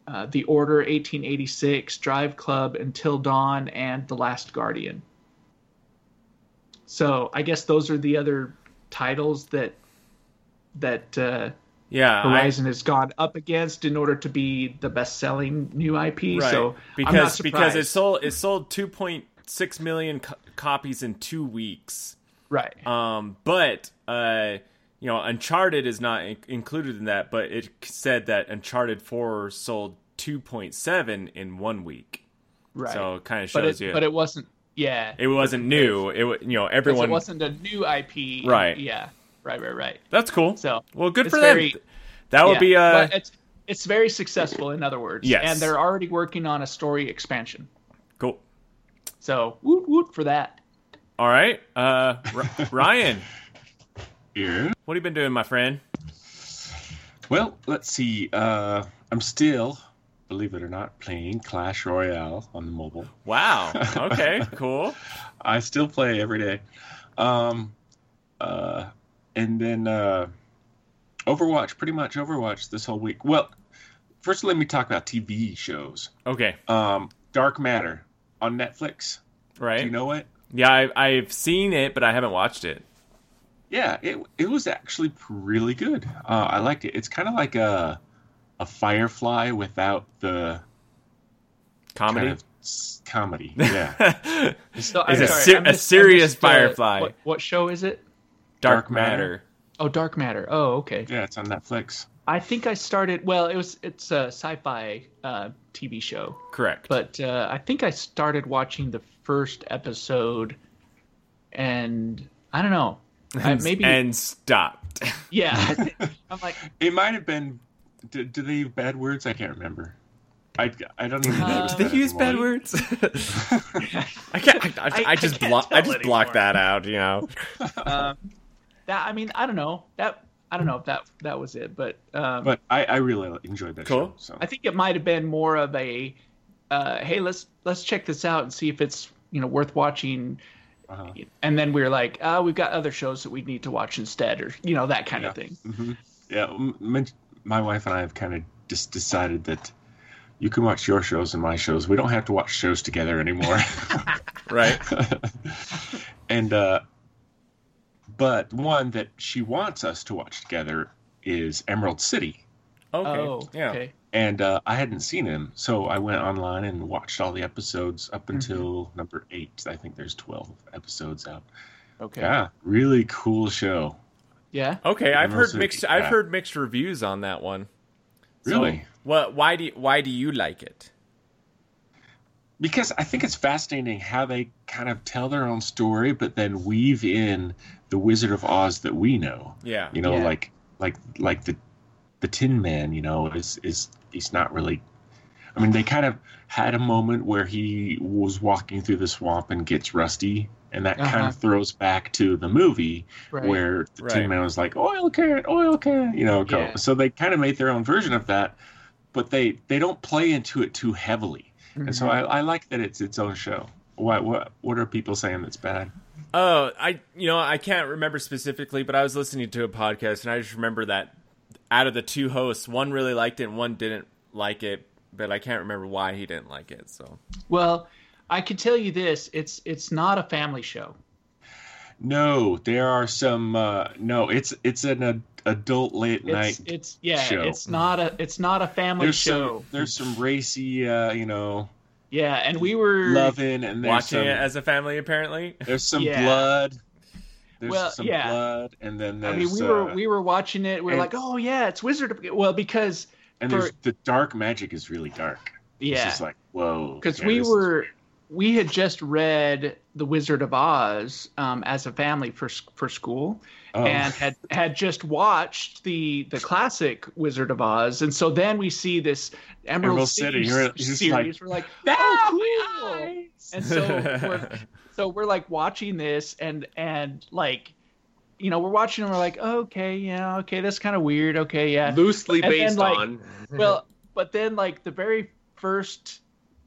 Speaker 5: uh, The Order 1886, Drive Club, Until Dawn, and The Last Guardian. So I guess those are the other titles that that uh,
Speaker 1: Yeah. I-
Speaker 5: Horizon has gone up against in order to be the best-selling new IP.
Speaker 1: right.
Speaker 5: So
Speaker 1: because
Speaker 5: I'm not
Speaker 1: because it
Speaker 5: surprised.
Speaker 1: sold it sold 2.6 million co- copies in 2 weeks.
Speaker 5: right.
Speaker 1: Um, but uh, you know, Uncharted is not in- included in that. But it said that Uncharted Four sold 2.7 in one week.
Speaker 5: right.
Speaker 1: So it kind of
Speaker 5: but
Speaker 1: shows
Speaker 5: it,
Speaker 1: you
Speaker 5: but it wasn't. Yeah,
Speaker 1: it wasn't new. It wa- you know
Speaker 5: 'Cause
Speaker 1: everyone
Speaker 5: it wasn't a new IP.
Speaker 1: Right.
Speaker 5: Yeah. Right. Right. Right.
Speaker 1: That's cool.
Speaker 5: So,
Speaker 1: well, good
Speaker 5: it's
Speaker 1: for them.
Speaker 5: very-
Speaker 1: that would
Speaker 5: yeah.
Speaker 1: be uh
Speaker 5: But it's it's very successful. In other words.
Speaker 1: Yes.
Speaker 5: And they're already working on a story expansion.
Speaker 1: cool.
Speaker 5: So woot woot for that.
Speaker 1: All right, uh, R- Ryan,
Speaker 4: Yeah.
Speaker 1: what have you been doing, my friend?
Speaker 4: Well, let's see. Uh, I'm still, believe it or not, playing Clash Royale on the mobile.
Speaker 1: Wow. Okay. cool.
Speaker 4: I still play every day. Um, uh, and then uh, Overwatch, pretty much Overwatch this whole week. Well, first let me talk about TV shows.
Speaker 1: Okay.
Speaker 4: Um, Dark Matter on Netflix.
Speaker 1: Right.
Speaker 4: Do you know it?
Speaker 1: yeah, I, I've seen it, but I haven't watched it.
Speaker 4: Yeah, it it was actually really good. Uh, I liked it. It's kind of like a a Firefly without the
Speaker 1: Comedy.
Speaker 4: kind of s- comedy. Yeah, Dark,
Speaker 5: So,
Speaker 1: It's
Speaker 5: I'm
Speaker 1: a
Speaker 5: sorry,
Speaker 1: ser-
Speaker 5: I
Speaker 1: a
Speaker 5: missed- I
Speaker 1: serious
Speaker 5: missed, uh,
Speaker 1: Firefly.
Speaker 5: what, what show is it?
Speaker 1: Dark
Speaker 4: Dark
Speaker 1: Matter.
Speaker 4: Matter.
Speaker 5: Oh, Dark Matter. Oh, okay.
Speaker 4: Yeah, it's on Netflix.
Speaker 5: I think I started. Well, it was it's a sci-fi uh, TV show,
Speaker 1: Correct.
Speaker 5: but uh, I think I started watching the first episode, and I don't know. I, uh, maybe
Speaker 1: and stopped.
Speaker 5: yeah. I think- I'm like
Speaker 4: It might have been. Do, do they use bad words? I can't remember. I, I don't even
Speaker 5: Uh,
Speaker 4: notice.
Speaker 1: Did
Speaker 4: that
Speaker 1: you use bad
Speaker 4: anymore.
Speaker 1: words? I can't. I, I,
Speaker 5: I-
Speaker 1: I just
Speaker 5: I can't
Speaker 1: block. I
Speaker 5: tell
Speaker 1: just blocked
Speaker 5: anymore.
Speaker 1: that out. You know.
Speaker 5: um, that. I mean, I don't know that. I don't know if that that was it, but um,
Speaker 4: But I, I really enjoyed that
Speaker 1: Cool.
Speaker 4: show. So
Speaker 5: I think it might have been more of a, uh, hey, let's let's check this out and see if it's you know worth watching.
Speaker 4: uh,
Speaker 5: And then we were like, oh, we've got other shows that we need to watch instead, or you know that kind
Speaker 4: yeah,
Speaker 5: of thing.
Speaker 4: Mhm. yeah. m- My, my wife and I have kind of just decided that you can watch your shows and my shows. We don't have to watch shows together anymore.
Speaker 1: Right.
Speaker 4: and uh, but one that she wants us to watch together is Emerald City.
Speaker 1: Okay.
Speaker 5: Oh,
Speaker 1: yeah.
Speaker 5: okay.
Speaker 4: and uh, I hadn't seen him, so I went online and watched all the episodes up
Speaker 5: Mm-hmm.
Speaker 4: until number eight. I think there's twelve episodes out.
Speaker 5: Okay.
Speaker 4: Yeah, really cool show.
Speaker 5: Yeah.
Speaker 1: Okay. I've heard
Speaker 4: Emerald
Speaker 1: mixed.
Speaker 4: City,
Speaker 1: I've
Speaker 4: yeah.
Speaker 1: heard mixed reviews on that one. So,
Speaker 4: Really,
Speaker 1: what? Why do? you- Why do you like it?
Speaker 4: because I think it's fascinating how they kind of tell their own story, but then weave in the Wizard of Oz that we know.
Speaker 1: Yeah.
Speaker 4: You know,
Speaker 5: Yeah.
Speaker 4: like like like the the Tin Man. You know, is is he's not really. I mean, they kind of had a moment where he was walking through the swamp and gets rusty, and that kind
Speaker 5: Uh-huh.
Speaker 4: of throws back to the movie
Speaker 5: Right.
Speaker 4: where the
Speaker 1: Right.
Speaker 4: Tin Man was like oil can, oil can, you know. Go.
Speaker 5: Yeah.
Speaker 4: So they kind of made their own version of that, but they they don't play into it too heavily.
Speaker 5: Mm-hmm.
Speaker 4: And so I, I like that it's its own show. What what what are people saying that's bad?
Speaker 1: Oh, I you know I can't remember specifically, but I was listening to a podcast and I just remember that out of the two hosts, one really liked it and one didn't like it, but I can't remember why he didn't like it. So
Speaker 5: Well, I can tell you this: it's it's not a family show.
Speaker 4: No, there are some. Uh, no, it's it's an ad- adult late
Speaker 5: It's
Speaker 4: night.
Speaker 5: it's yeah,
Speaker 4: show.
Speaker 5: it's not a it's not a family
Speaker 4: There's
Speaker 5: show.
Speaker 4: some there's some racy, uh, you know,
Speaker 5: Yeah, and we were
Speaker 4: loving and there's
Speaker 1: watching
Speaker 4: some,
Speaker 1: it as a family, apparently.
Speaker 4: there's some
Speaker 5: Yeah.
Speaker 4: blood. There's
Speaker 5: Well,
Speaker 4: some
Speaker 5: yeah.
Speaker 4: blood, and then there's
Speaker 5: I mean, we were
Speaker 4: uh,
Speaker 5: we were watching it. We were
Speaker 4: and-
Speaker 5: like, oh yeah, it's Wizard. Of... Well, because
Speaker 4: and there's the dark magic is really dark. it's
Speaker 5: yeah,
Speaker 4: just like whoa.
Speaker 5: because
Speaker 4: yeah,
Speaker 5: we
Speaker 4: this is-
Speaker 5: were we had just read The Wizard of Oz um, as a family for s- for school,
Speaker 4: oh,
Speaker 5: and had had just watched the the classic Wizard of Oz, and so then we see this Emerald,
Speaker 4: Emerald
Speaker 5: City,
Speaker 4: City, you're- you're just
Speaker 5: series.
Speaker 4: like,
Speaker 5: we're like,
Speaker 4: "Ah,
Speaker 5: oh, cool! And so we're, so we're like watching this, and and like, you know, we're watching, and we're like, okay, yeah, okay, that's kind of weird. Okay, yeah,
Speaker 6: Loosely
Speaker 5: And then,
Speaker 6: based
Speaker 5: like-
Speaker 6: on.
Speaker 5: well but then like the very first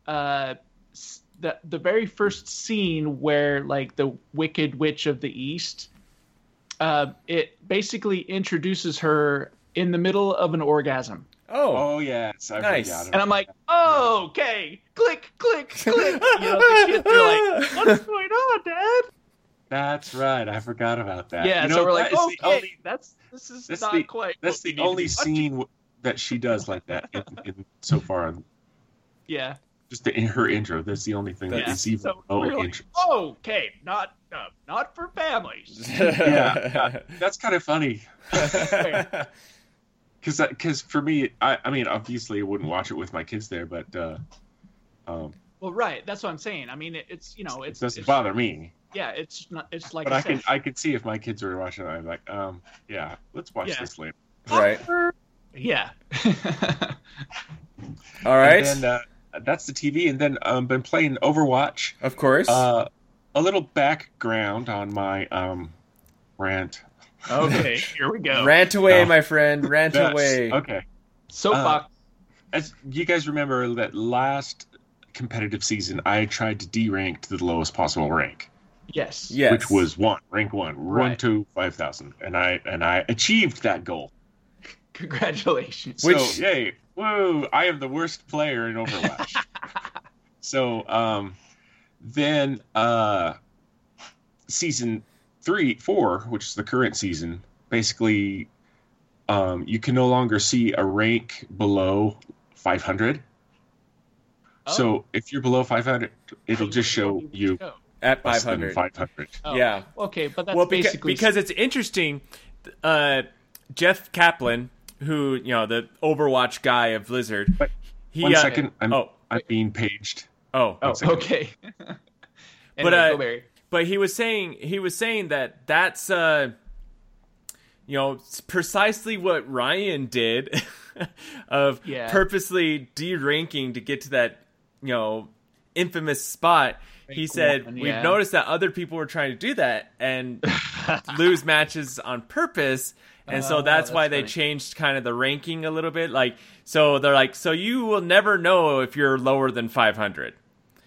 Speaker 5: uh s- the, the very first scene where like the wicked witch of the east uh, it basically introduces her in the middle of an orgasm
Speaker 1: Oh,
Speaker 4: oh yes, I
Speaker 1: Nice.
Speaker 4: forgot
Speaker 5: and i'm like oh, okay click click click you know the kids are like what's going on dad
Speaker 4: That's right. I forgot about that.
Speaker 5: yeah
Speaker 4: You
Speaker 5: so
Speaker 4: know,
Speaker 5: we're like
Speaker 4: that is
Speaker 5: okay
Speaker 4: the only-
Speaker 5: that's this is
Speaker 4: that's
Speaker 5: not
Speaker 4: the-
Speaker 5: quite
Speaker 4: that's
Speaker 5: what we
Speaker 4: the
Speaker 5: need to
Speaker 4: only
Speaker 5: be
Speaker 4: scene w- that she does like that in, in, so far.
Speaker 5: watching." yeah
Speaker 4: Just the, in her intro. That's the only thing that
Speaker 1: Yeah.
Speaker 4: is even
Speaker 5: so
Speaker 4: oh,
Speaker 5: we're like,
Speaker 4: intro.
Speaker 5: okay not uh, not for families
Speaker 4: yeah, That's kind of funny because because for me, I I mean, obviously, I wouldn't watch it with my kids there, but uh, um,
Speaker 5: Well, right. That's what I'm saying. I mean, it, it's you know,
Speaker 4: it
Speaker 5: it's,
Speaker 4: doesn't
Speaker 5: it's-
Speaker 4: bother me.
Speaker 5: Yeah, it's not. It's like
Speaker 4: But
Speaker 5: I,
Speaker 4: I
Speaker 5: said,
Speaker 4: can I could see if my kids were watching, it, I'd be like, um, yeah, let's watch
Speaker 5: Yeah.
Speaker 4: this later.
Speaker 8: Right.
Speaker 5: yeah.
Speaker 8: All right.
Speaker 4: And then, uh, that's the TV, and then um, been playing Overwatch.
Speaker 8: of course.
Speaker 4: Uh, a little background on my um rant.
Speaker 5: okay, here we go.
Speaker 8: rant away,
Speaker 4: No.
Speaker 8: my friend. Rant
Speaker 4: Yes,
Speaker 8: away.
Speaker 4: Okay. uh,
Speaker 5: Soapbox.
Speaker 4: As you guys remember that last competitive season I tried to derank to the lowest possible rank,
Speaker 5: yes.
Speaker 8: Yes.
Speaker 4: which was one, rank one, one
Speaker 5: Right.
Speaker 4: to five thousand. And I and I achieved that goal.
Speaker 5: Congratulations.
Speaker 4: So
Speaker 8: Which-
Speaker 4: yay. Whoa, I am the worst player in Overwatch. so um then uh season three four, which is the current season, basically um you can no longer see a rank below five hundred. So if you're below five hundred, it'll just show you
Speaker 8: at
Speaker 4: less
Speaker 8: five
Speaker 4: than
Speaker 8: hundred.
Speaker 4: five hundred.
Speaker 5: Oh,
Speaker 8: Yeah.
Speaker 5: Okay, but that's
Speaker 1: well, beca-
Speaker 5: basically
Speaker 1: because it's interesting. Uh, Jeff Kaplan, who you know the Overwatch guy of Blizzard,
Speaker 4: But-
Speaker 1: he
Speaker 4: One
Speaker 1: uh,
Speaker 4: second, I'm
Speaker 1: oh
Speaker 4: I'm being paged.
Speaker 1: oh
Speaker 5: Oh,
Speaker 4: One second.
Speaker 5: okay. anyway,
Speaker 1: uh,
Speaker 5: go Barry.
Speaker 1: but he was saying he was saying that that's uh you know it's precisely what Ryan did of
Speaker 5: Yeah.
Speaker 1: purposely deranking to get to that you know infamous spot he
Speaker 5: Rank
Speaker 1: said
Speaker 5: one,
Speaker 1: we've
Speaker 5: yeah.
Speaker 1: noticed that other people were trying to do that and lose matches on purpose and so
Speaker 5: Oh,
Speaker 1: that's, why
Speaker 5: that's
Speaker 1: they
Speaker 5: funny.
Speaker 1: changed kind of the ranking a little bit like so they're like so you will never know if you're lower than 500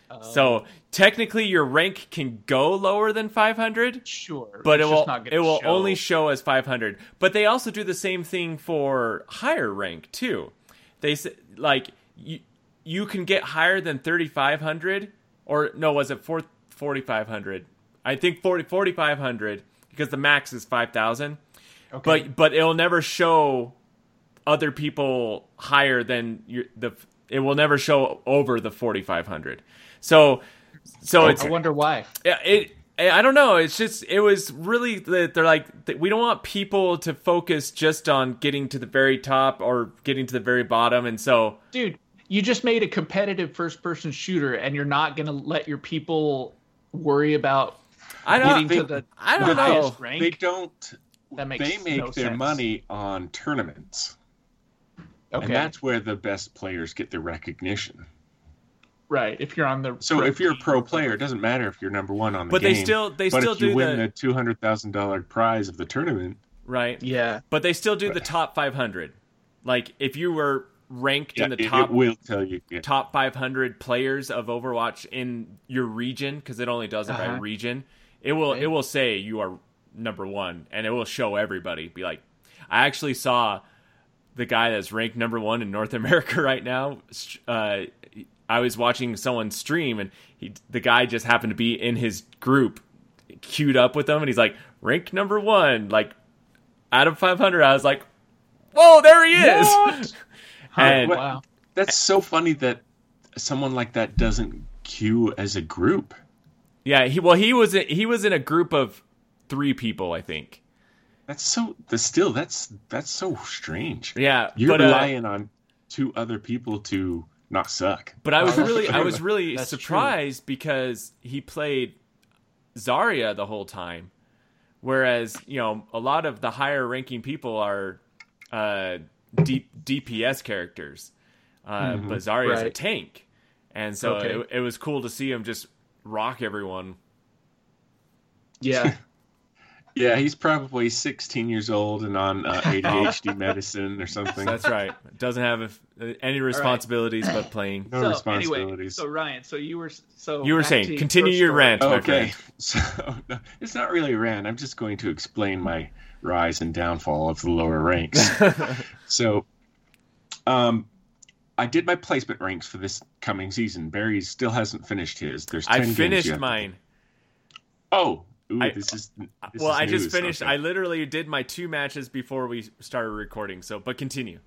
Speaker 5: Oh.
Speaker 1: so technically, your rank can go lower than 500,
Speaker 5: sure,
Speaker 1: but it
Speaker 5: it's
Speaker 1: will
Speaker 5: just not gonna
Speaker 1: it will
Speaker 5: show.
Speaker 1: only show as 500. But they also do the same thing for higher rank too. They s- like you you can get higher than 3500 or no, was it four- 4500? I think 40 4500 because the max is 5000. But but it'll never show other people higher than your, the it will never show over the 4500 so so it's
Speaker 5: I wonder why.
Speaker 1: yeah, it eh, I don't know. It's just it was really that they're like that we don't want people to focus just on getting to the very top or getting to the very bottom, and so
Speaker 5: Dude, you just made a competitive first person shooter and you're not going to let your people worry about
Speaker 1: I
Speaker 5: getting
Speaker 1: don't
Speaker 5: to
Speaker 4: think-
Speaker 5: the
Speaker 1: I don't
Speaker 5: the
Speaker 1: know.
Speaker 5: highest
Speaker 4: They
Speaker 5: rank.
Speaker 4: don't.
Speaker 5: That makes
Speaker 4: they make
Speaker 5: no
Speaker 4: their
Speaker 5: sense.
Speaker 4: money on tournaments.
Speaker 5: Okay.
Speaker 4: And that's where the best players get their recognition.
Speaker 5: right. If you're on the
Speaker 4: So if you're a pro player, it doesn't matter if you're number one on the
Speaker 1: But
Speaker 4: game.
Speaker 1: they still they
Speaker 4: but
Speaker 1: still
Speaker 4: if you
Speaker 1: do
Speaker 4: win
Speaker 1: the,
Speaker 4: the two hundred thousand dollar prize of the tournament,
Speaker 1: right,
Speaker 5: yeah,
Speaker 1: but they still do the top five hundred. Like if you were ranked in
Speaker 4: yeah,
Speaker 1: the
Speaker 4: it-
Speaker 1: top
Speaker 4: it will tell you. yeah.
Speaker 1: top 500 players of Overwatch in your region because it only does it by
Speaker 5: Uh-huh.
Speaker 1: region. It will it will say you are number one, and it will show everybody. Be like, I actually saw the guy that's ranked number one in North America right now. st- Uh, I was watching someone stream, and he the guy just happened to be in his group, queued up with them, and he's like ranked number one, like out of 500. I was like, whoa, there he is. and
Speaker 4: What?
Speaker 5: wow.
Speaker 4: That's so funny that someone like that doesn't queue as a group.
Speaker 1: Yeah, he well he was he was in a group of three people, I think.
Speaker 4: That's so. The still that's that's so strange.
Speaker 1: Yeah,
Speaker 4: You're
Speaker 1: but, uh,
Speaker 4: relying on two other people to not suck.
Speaker 1: but I was
Speaker 5: that's
Speaker 1: really I
Speaker 5: true.
Speaker 1: was really
Speaker 5: That's true.
Speaker 1: surprised because he played Zarya the whole time, whereas you know a lot of the higher ranking people are uh, D- DPS characters, uh, but Zarya's a
Speaker 5: Right.
Speaker 1: tank, and so
Speaker 5: Okay.
Speaker 1: it, it was cool to see him just rock everyone.
Speaker 5: Yeah.
Speaker 4: Yeah, he's probably 16 years old and on uh, ADHD medicine or something.
Speaker 1: That's right. Doesn't have uh, any responsibilities but playing.
Speaker 5: so
Speaker 4: no
Speaker 5: anyway,
Speaker 4: responsibilities. Oh,
Speaker 5: so Ryan, so you were so
Speaker 1: You were
Speaker 5: back to
Speaker 1: saying continue your
Speaker 5: story.
Speaker 1: rant, my
Speaker 4: okay,
Speaker 1: friend.
Speaker 4: so no, it's not really a rant. I'm just going to explain my rise and downfall of the lower ranks. so, um, I did my placement ranks for this coming season. Barry still hasn't finished his. There's 10
Speaker 1: I
Speaker 4: games
Speaker 1: finished
Speaker 4: yet.
Speaker 1: mine.
Speaker 4: Oh, ooh,
Speaker 1: I-
Speaker 4: this is this
Speaker 1: well,
Speaker 4: is
Speaker 1: I just
Speaker 4: news.
Speaker 1: finished.
Speaker 4: Okay.
Speaker 1: I literally did my two matches before we started recording. So, but continue.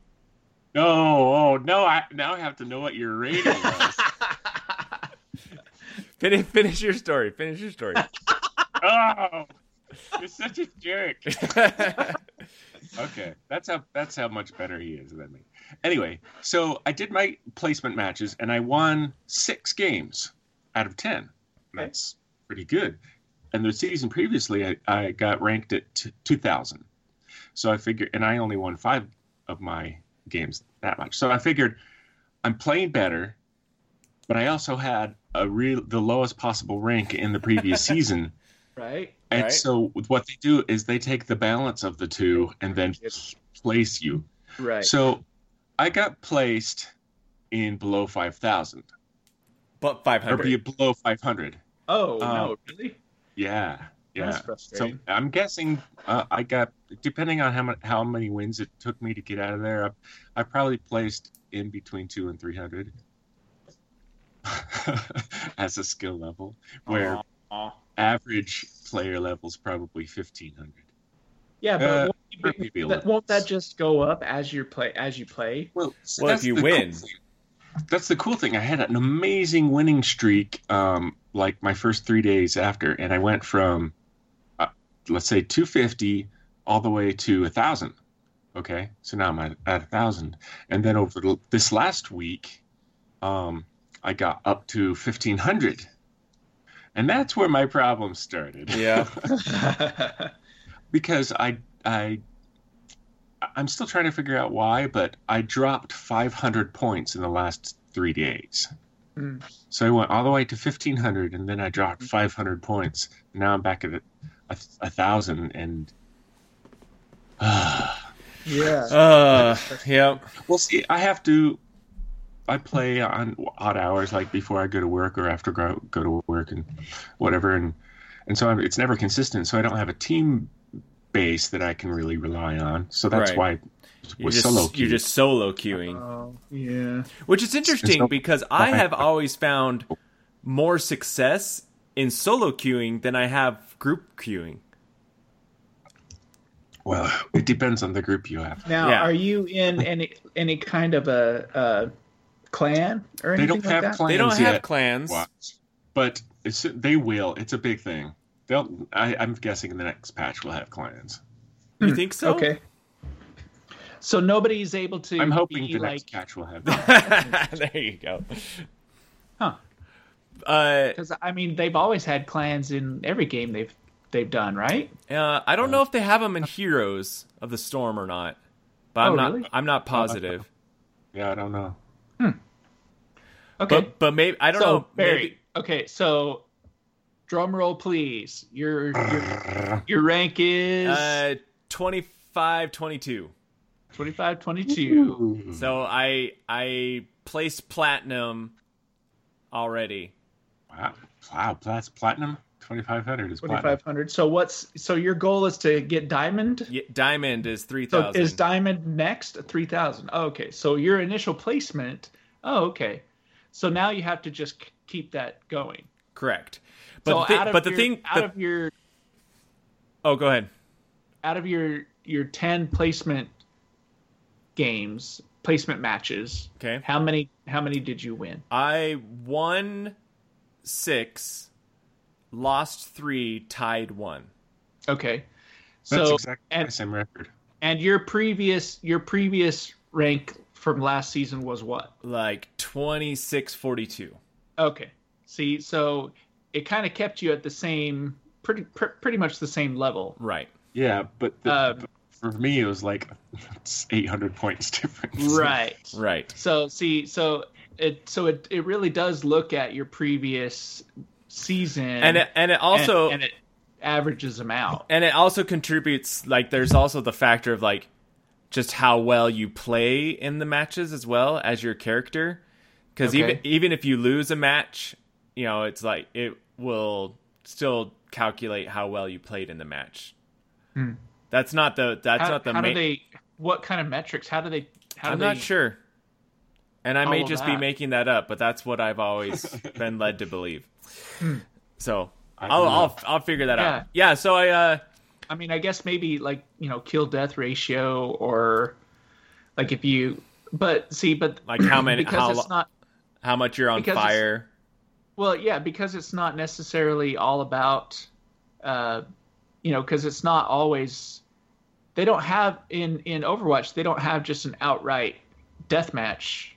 Speaker 4: No, oh no! I now I have to know what your rating was.
Speaker 1: Finish, finish your story. Finish your story.
Speaker 4: oh, you're such a jerk. Okay, that's how that's how much better he is than me. Anyway, so I did my placement matches and I won six games out of ten. That's pretty good. And the season previously, I, I got ranked at t- two thousand. So I figured, and I only won five of my games that much. So I figured I'm playing better, but I also had a real the lowest possible rank in the previous season.
Speaker 5: right?
Speaker 4: And
Speaker 1: Right.
Speaker 4: so what they do is they take the balance of the two and then place you.
Speaker 5: Right.
Speaker 4: So I got placed in below 5,000
Speaker 1: But
Speaker 4: or
Speaker 1: 500.
Speaker 4: be below 500.
Speaker 5: oh
Speaker 4: uh,
Speaker 5: no, really?
Speaker 4: Yeah. Yeah.
Speaker 5: That's
Speaker 4: So
Speaker 5: frustrating.
Speaker 4: I'm guessing uh, I got depending on how much, how many wins it took me to get out of there, I, I probably placed in between 2 and 300 as a skill level where
Speaker 5: Aw.
Speaker 4: average player levels probably 1500
Speaker 5: yeah, but
Speaker 4: uh,
Speaker 5: won't,
Speaker 4: or
Speaker 5: you
Speaker 4: maybe
Speaker 5: be,
Speaker 4: a
Speaker 5: that,
Speaker 4: little
Speaker 5: won't that
Speaker 4: less.
Speaker 5: just go up as you play? As you play,
Speaker 4: Well, so
Speaker 1: Well, if
Speaker 4: that's
Speaker 1: you
Speaker 4: the
Speaker 1: win.
Speaker 4: cool thing. that's the cool thing. I had an amazing winning streak, um, like my first three days after, and I went from, uh, let's say, 250 all the way to a thousand. Okay, so now I'm at a thousand, and then over the- this last week, um, I got up to 1500, and that's where my problem started.
Speaker 1: Yeah.
Speaker 4: because I I I'm still trying to figure out why, but I dropped 500 points in the last three days.
Speaker 5: Mm.
Speaker 4: So I went all the way to 1500, and then I dropped 500 points. Now I'm back at a, a, a thousand, and uh,
Speaker 5: yeah,
Speaker 1: Uh, yep.
Speaker 4: we'll see. I have to. I play on odd hours, like before I go to work or after go, go to work and whatever, and and so I'm, it's never consistent. So I don't have a team base that I can really rely on. So that's
Speaker 1: Right.
Speaker 4: why
Speaker 1: You're
Speaker 4: with
Speaker 1: just,
Speaker 4: solo
Speaker 1: you're
Speaker 4: queue.
Speaker 1: just solo queuing,
Speaker 5: oh, yeah,
Speaker 1: which is interesting
Speaker 4: no-
Speaker 1: because I
Speaker 4: Right.
Speaker 1: have always found more success in solo queuing than I have group queuing.
Speaker 4: Well, it depends on the group you have.
Speaker 5: Now,
Speaker 1: Yeah.
Speaker 5: are you in any any kind of a, a clan or
Speaker 4: They
Speaker 5: anything
Speaker 4: don't
Speaker 5: like
Speaker 4: have
Speaker 5: that?
Speaker 4: clans
Speaker 1: They don't have
Speaker 4: yet.
Speaker 1: clans.
Speaker 4: Watch. but it's, they will. It's a big thing. They'll. I, I'm guessing in the next patch we'll have clans.
Speaker 1: You think so?
Speaker 5: Okay. So nobody's able to.
Speaker 4: I'm hoping
Speaker 5: be
Speaker 4: the
Speaker 5: like,
Speaker 4: next patch will have. Them.
Speaker 1: there you go.
Speaker 5: Huh.
Speaker 1: Uh,
Speaker 5: Because I mean, they've always had clans in every game they've they've done, right?
Speaker 1: uh, I don't know if they have them in Heroes of the Storm or not, but I'm
Speaker 5: Oh,
Speaker 1: not.
Speaker 5: really?
Speaker 1: I'm
Speaker 4: Uh,
Speaker 1: not positive.
Speaker 4: yeah, I don't know.
Speaker 5: Okay.
Speaker 1: But but maybe I don't
Speaker 5: so
Speaker 1: know.
Speaker 5: Barry,
Speaker 1: Maybe
Speaker 5: okay, so drum roll, please. Your your, your rank is
Speaker 1: uh, 25, 22.
Speaker 5: 25, 22.
Speaker 4: Ooh.
Speaker 1: So I I placed platinum already.
Speaker 4: Wow, wow, that's platinum. Twenty five hundred is platinum.
Speaker 5: 2500. So what's so your goal is to get diamond?
Speaker 1: Y- Diamond is three
Speaker 5: So
Speaker 1: thousand.
Speaker 5: is diamond next? 3000. Oh, okay. So your initial placement. Oh, okay. So now you have to just k- keep that going.
Speaker 1: correct? But
Speaker 5: So
Speaker 1: the thi-
Speaker 5: out of
Speaker 1: but the
Speaker 5: your-
Speaker 1: thing.
Speaker 5: out
Speaker 1: the-
Speaker 5: of your
Speaker 1: oh, go ahead.
Speaker 5: out of your your 10 placement games, placement matches,
Speaker 1: Okay.
Speaker 5: how many how many did you win?
Speaker 1: I won six, lost three, tied one.
Speaker 5: Okay.
Speaker 4: That's
Speaker 5: So
Speaker 4: exactly
Speaker 5: and-
Speaker 4: the same record.
Speaker 5: and your previous your previous rank from last season was what?
Speaker 1: Like twenty six forty two.
Speaker 5: Okay. See, so it kind of kept you at the same pretty pr- pretty much the same level.
Speaker 1: Right.
Speaker 4: Yeah, but the,
Speaker 5: Um,
Speaker 4: for me it was like it's eight hundred points difference.
Speaker 5: Right.
Speaker 1: Right.
Speaker 5: So see, so it so it, it really does look at your previous season
Speaker 1: And it, and it also
Speaker 5: and, it averages them out.
Speaker 1: and it also contributes like there's also the factor of like just how well you play in the matches as well as your character because even
Speaker 5: Okay.
Speaker 1: even if you lose a match you know it's like it will still calculate how well you played in the match that's not the that's
Speaker 5: Hmm. How,
Speaker 1: not the
Speaker 5: how do
Speaker 1: main
Speaker 5: they what kind of metrics? How do they how
Speaker 1: i'm
Speaker 5: do
Speaker 1: not
Speaker 5: they
Speaker 1: sure and i may
Speaker 5: follow
Speaker 1: just be
Speaker 5: that?
Speaker 1: making that up but that's what i've always been led to believe
Speaker 5: Hmm.
Speaker 1: so
Speaker 4: I
Speaker 1: I'll,
Speaker 4: don't know.
Speaker 1: I'll i'll figure that out yeah so i uh
Speaker 5: I mean, I guess maybe like you know kill death ratio or like if you but see but
Speaker 1: Like how many-
Speaker 5: because
Speaker 1: how
Speaker 5: it's
Speaker 1: lo-
Speaker 5: not
Speaker 1: how much you're on
Speaker 5: Because it's-
Speaker 1: fire
Speaker 5: well yeah because it's not necessarily all about uh you know because it's not always they don't have in in Overwatch they don't have just an outright deathmatch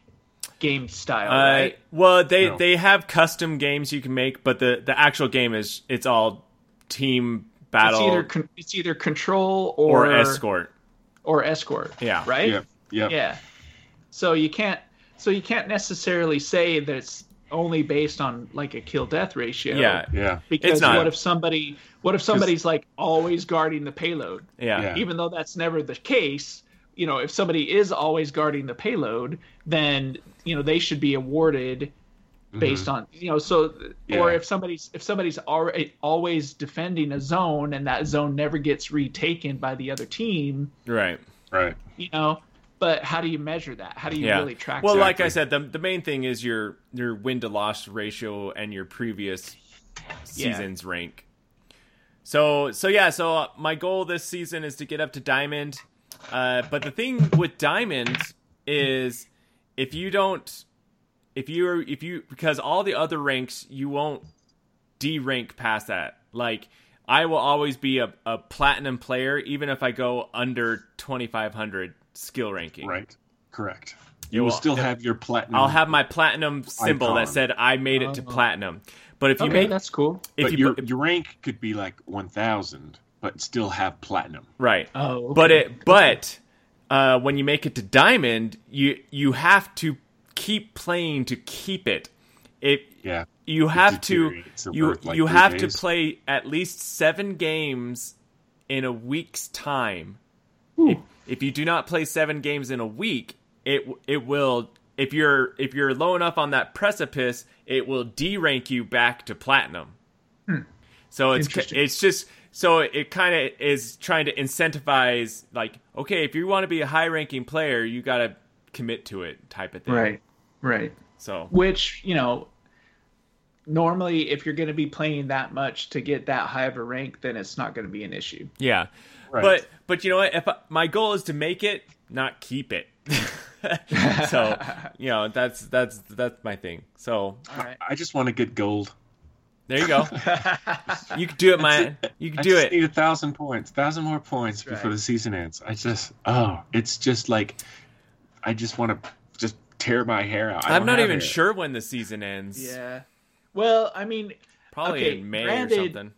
Speaker 5: game style,
Speaker 1: Uh,
Speaker 5: right?
Speaker 1: well, they
Speaker 4: No.
Speaker 1: they have custom games you can make, but the the actual game is it's all team
Speaker 5: It's
Speaker 1: battle
Speaker 5: either con- it's either control
Speaker 1: or,
Speaker 5: or,
Speaker 1: escort.
Speaker 5: or escort.
Speaker 1: Yeah.
Speaker 5: Right.
Speaker 4: Yeah. Yeah.
Speaker 5: Yeah. So you can't so you can't necessarily say that it's only based on like a kill death ratio.
Speaker 1: Yeah,
Speaker 4: Yeah.
Speaker 5: Because
Speaker 1: It's not.
Speaker 5: what if somebody what if somebody's like always guarding the payload?
Speaker 1: yeah,
Speaker 4: Yeah.
Speaker 5: Even though that's never the case, you know, if somebody is always guarding the payload, then you know they should be awarded
Speaker 1: Mm-hmm.
Speaker 5: based on you know so or
Speaker 4: Yeah.
Speaker 5: if somebody's if somebody's already always defending a zone and that zone never gets retaken by the other team
Speaker 1: right.
Speaker 4: Right.
Speaker 5: you know but how do you measure that how do you
Speaker 1: Yeah.
Speaker 5: really track
Speaker 1: well,
Speaker 5: that?
Speaker 1: like I said, the the main thing is your your win to loss ratio and your previous
Speaker 5: Yeah.
Speaker 1: season's rank. So so yeah, so uh, my goal this season is to get up to diamond. Uh, but the thing with diamond is if you don't if you are if you because all the other ranks you won't D rank past that. Like I will always be a, a platinum player even if I go under twenty five hundred skill ranking.
Speaker 4: Right. Correct.
Speaker 1: You
Speaker 4: You will
Speaker 1: will-
Speaker 4: still have your platinum.
Speaker 1: I'll have my platinum symbol that
Speaker 4: Mm. Icon.
Speaker 1: said I made it to
Speaker 5: Oh.
Speaker 1: platinum. But if you
Speaker 5: okay
Speaker 1: make
Speaker 5: that's cool
Speaker 1: if
Speaker 4: but
Speaker 1: you
Speaker 4: your
Speaker 1: put-
Speaker 4: your rank could be like one thousand, but still have platinum.
Speaker 1: right,
Speaker 5: oh
Speaker 1: but it but uh, when you make it to diamond, you you have to keep playing to keep it. If
Speaker 4: Yeah.
Speaker 1: you have to
Speaker 4: deteriorates over,
Speaker 1: you
Speaker 4: like,
Speaker 1: you
Speaker 4: three
Speaker 1: have to
Speaker 4: days.
Speaker 1: play at least seven games in a week's time. If, if you do not play seven games in a week, it it will if you're if you're low enough on that precipice, it will derank you back to platinum.
Speaker 4: Hmm.
Speaker 1: So it's
Speaker 5: Interesting.
Speaker 1: it's just so it kind of is trying to incentivize like okay, if you want to be a high ranking player, you got to commit to it type of thing.
Speaker 5: right right
Speaker 1: So
Speaker 5: which you know normally if you're going to be playing that much to get that high of a rank then it's not going to be an issue
Speaker 1: Yeah,
Speaker 4: Right.
Speaker 1: but but you know what? If I, my goal is to make it, not keep it. so you know that's that's that's my thing. So
Speaker 5: all right
Speaker 4: I just want to get gold.
Speaker 1: there you go. you can do it, man. You can do
Speaker 4: I just
Speaker 1: it.
Speaker 4: need a thousand points, thousand more points
Speaker 5: That's
Speaker 4: before
Speaker 5: right.
Speaker 4: the season ends. I just, oh, it's just like, I just want to just tear my hair out. I
Speaker 1: I'm
Speaker 4: don't
Speaker 1: not
Speaker 4: have
Speaker 1: even
Speaker 4: hair.
Speaker 1: sure when the season ends.
Speaker 5: yeah well i mean
Speaker 1: Probably
Speaker 5: Okay,
Speaker 1: in May
Speaker 5: granted-
Speaker 1: or something.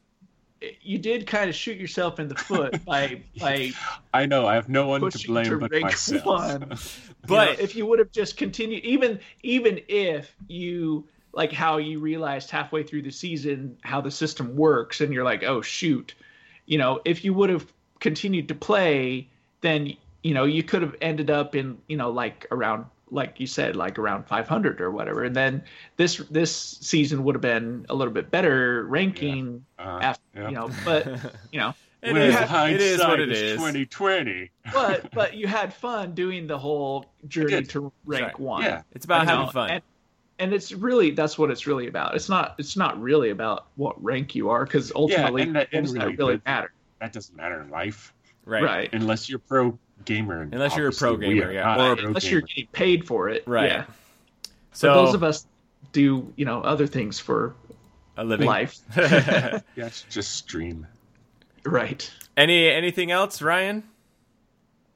Speaker 5: you did kind of shoot yourself in the foot by by
Speaker 4: I know I have no one to
Speaker 5: pushing
Speaker 4: blame
Speaker 5: to
Speaker 4: but
Speaker 5: rank
Speaker 4: myself.
Speaker 5: one
Speaker 1: But
Speaker 5: You know, if you would have just continued, even even if you like how you realized halfway through the season how the system works, and you're like, oh shoot, you know, if you would have continued to play, then you know you could have ended up in you know like around like you said like around 500 or whatever, and then this this season would have been a little bit better ranking
Speaker 4: Uh,
Speaker 5: after
Speaker 4: yeah.
Speaker 5: you know, but you know.
Speaker 1: it
Speaker 4: Well,
Speaker 1: is,
Speaker 4: hindsight
Speaker 1: it is what it is.
Speaker 4: 2020.
Speaker 5: but but you had fun doing the whole journey
Speaker 4: did.
Speaker 5: to rank
Speaker 1: Right.
Speaker 5: one.
Speaker 4: Yeah.
Speaker 1: It's about
Speaker 5: You know,
Speaker 1: having fun.
Speaker 5: And, and it's really that's what it's really about. It's not it's not really about what rank you are because ultimately
Speaker 4: and that-
Speaker 5: it
Speaker 4: and
Speaker 5: doesn't
Speaker 4: really,
Speaker 5: really,
Speaker 4: but-
Speaker 5: matter.
Speaker 4: That doesn't matter in life
Speaker 1: right.
Speaker 5: Right.
Speaker 4: unless you're a pro gamer. and
Speaker 1: Unless you're a pro
Speaker 4: obviously we
Speaker 1: gamer,
Speaker 4: are
Speaker 1: yeah.
Speaker 4: not
Speaker 1: Or-
Speaker 4: a pro
Speaker 5: Unless
Speaker 4: gamer.
Speaker 5: you're getting paid for it.
Speaker 1: Right.
Speaker 5: Yeah.
Speaker 1: So
Speaker 5: but those of us do, you know, other things for
Speaker 1: a living
Speaker 5: life.
Speaker 4: yeah, it's just stream.
Speaker 5: Right.
Speaker 1: Any anything else, Ryan?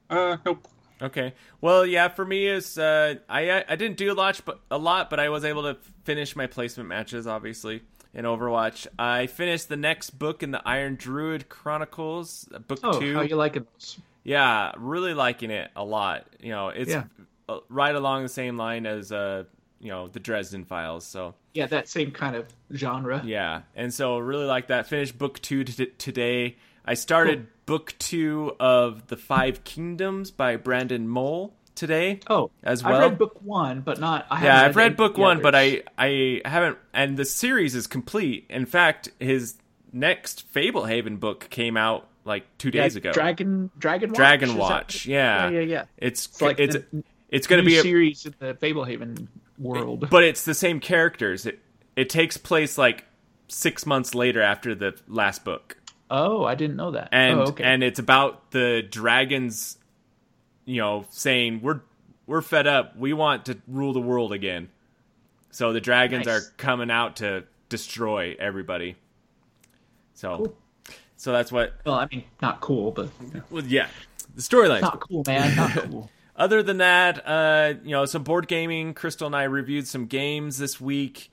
Speaker 4: Uh, nope.
Speaker 1: Okay. Well, yeah, for me is uh, I I didn't do a lot, but a lot, but I was able to finish my placement matches, obviously in Overwatch. I finished the next book in the Iron Druid Chronicles, uh, book
Speaker 5: Oh,
Speaker 1: two.
Speaker 5: how you liking those?
Speaker 1: Yeah, really liking it a lot. You know, it's
Speaker 5: Yeah.
Speaker 1: uh, right along the same line as uh, you know, the Dresden Files. So
Speaker 5: Yeah, that same kind of genre.
Speaker 1: yeah, and so really like that. Finished book two t- today. I started book two of the Five Kingdoms by Brandon Mole today.
Speaker 5: Oh,
Speaker 1: As
Speaker 5: I
Speaker 1: well.
Speaker 5: read book one, but not. I
Speaker 1: Yeah,
Speaker 5: haven't
Speaker 1: I've read
Speaker 5: any
Speaker 1: book
Speaker 5: of the
Speaker 1: one, but
Speaker 5: others.
Speaker 1: I I haven't. And the series is complete. In fact, his next Fablehaven book came out like two days
Speaker 5: Yeah,
Speaker 1: ago.
Speaker 5: Dragon Dragon Watch.
Speaker 1: Dragon
Speaker 5: is that-
Speaker 1: Watch, yeah.
Speaker 5: yeah, yeah. yeah.
Speaker 1: It's it's
Speaker 5: It's like
Speaker 1: it's,
Speaker 5: the
Speaker 1: going to
Speaker 5: New
Speaker 1: be a,
Speaker 5: series in the Fablehaven world.
Speaker 1: but it's the same characters. It it takes place like six months later after the last book,
Speaker 5: oh, I didn't know that.
Speaker 1: and
Speaker 5: oh, okay.
Speaker 1: and it's about the dragons, you know, saying we're we're fed up. We want to rule the world again. So the dragons
Speaker 5: Nice.
Speaker 1: are coming out to destroy everybody. So, so that's what.
Speaker 5: well, I mean, not cool, but
Speaker 1: Well, yeah. the storyline.
Speaker 5: Not cool, man. Not cool.
Speaker 1: Other than that, uh, you know, some board gaming. Crystal and I reviewed some games this week.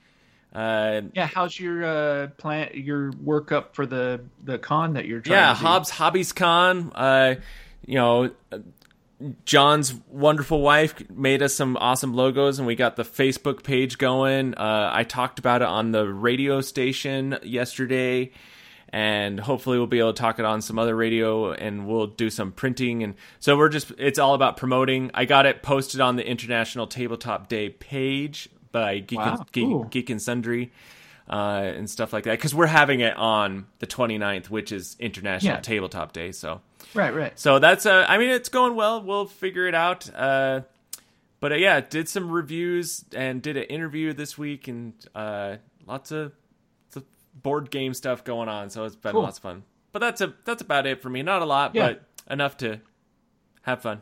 Speaker 1: Uh,
Speaker 5: Yeah, how's your uh, plan? Your workup for the the con that you're trying?
Speaker 1: yeah,
Speaker 5: to do?
Speaker 1: Hobbs Hobbies Con. Uh, you know, uh, John's wonderful wife made us some awesome logos, and we got the Facebook page going. Uh, I talked about it on the radio station yesterday, and hopefully we'll be able to talk it on some other radio, and we'll do some printing. And so we're just—it's all about promoting. I got it posted on the International Tabletop Day page by Geek,
Speaker 5: Wow,
Speaker 1: and, Geek,
Speaker 5: cool.
Speaker 1: Geek and Sundry uh, and stuff like that because we're having it on the 29th which is international
Speaker 5: Yeah.
Speaker 1: tabletop day so
Speaker 5: Right, right.
Speaker 1: so that's uh i mean it's going well we'll figure it out uh but uh, yeah did some reviews and did an interview this week and uh lots of, lots of board game stuff going on so it's been
Speaker 5: Cool.
Speaker 1: lots of fun but that's a that's about it for me not a lot
Speaker 5: Yeah.
Speaker 1: but enough to have fun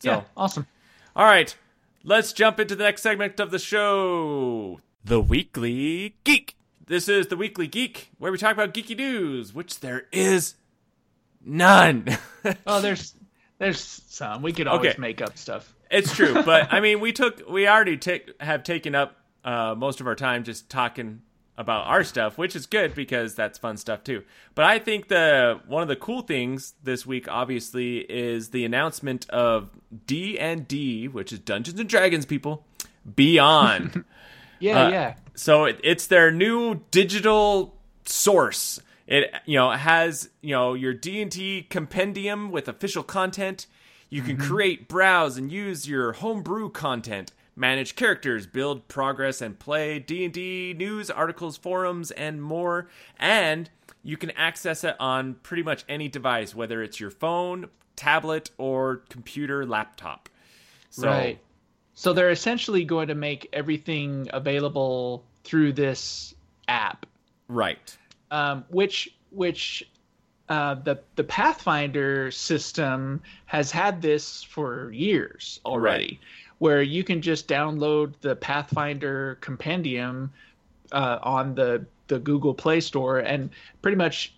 Speaker 1: so
Speaker 5: Yeah, awesome.
Speaker 1: all right, let's jump into the next segment of the show The Weekly Geek. This is The Weekly Geek, where we talk about geeky news, which there is none.
Speaker 5: Oh, there's there's some. We could always
Speaker 1: Okay.
Speaker 5: make up stuff.
Speaker 1: it's true, but I mean, we took, we already take, have taken up uh, most of our time just talking about our stuff, which is good because that's fun stuff too. But I think the one of the cool things this week, obviously, is the announcement of D and D, which is Dungeons and Dragons, people. Beyond.
Speaker 5: Yeah,
Speaker 1: Uh,
Speaker 5: yeah.
Speaker 1: so it, it's their new digital source it you know has you know your d&t compendium with official content you
Speaker 5: Mm-hmm.
Speaker 1: can create browse and use your homebrew content manage characters build progress and play d&d news articles forums and more and you can access it on pretty much any device whether it's your phone tablet or computer laptop so
Speaker 5: right. So they're essentially going to make everything available through this app,
Speaker 1: right
Speaker 5: um, which which uh, the the Pathfinder system has had this for years already, where you can just download the Pathfinder compendium uh, on the the Google Play Store, and pretty much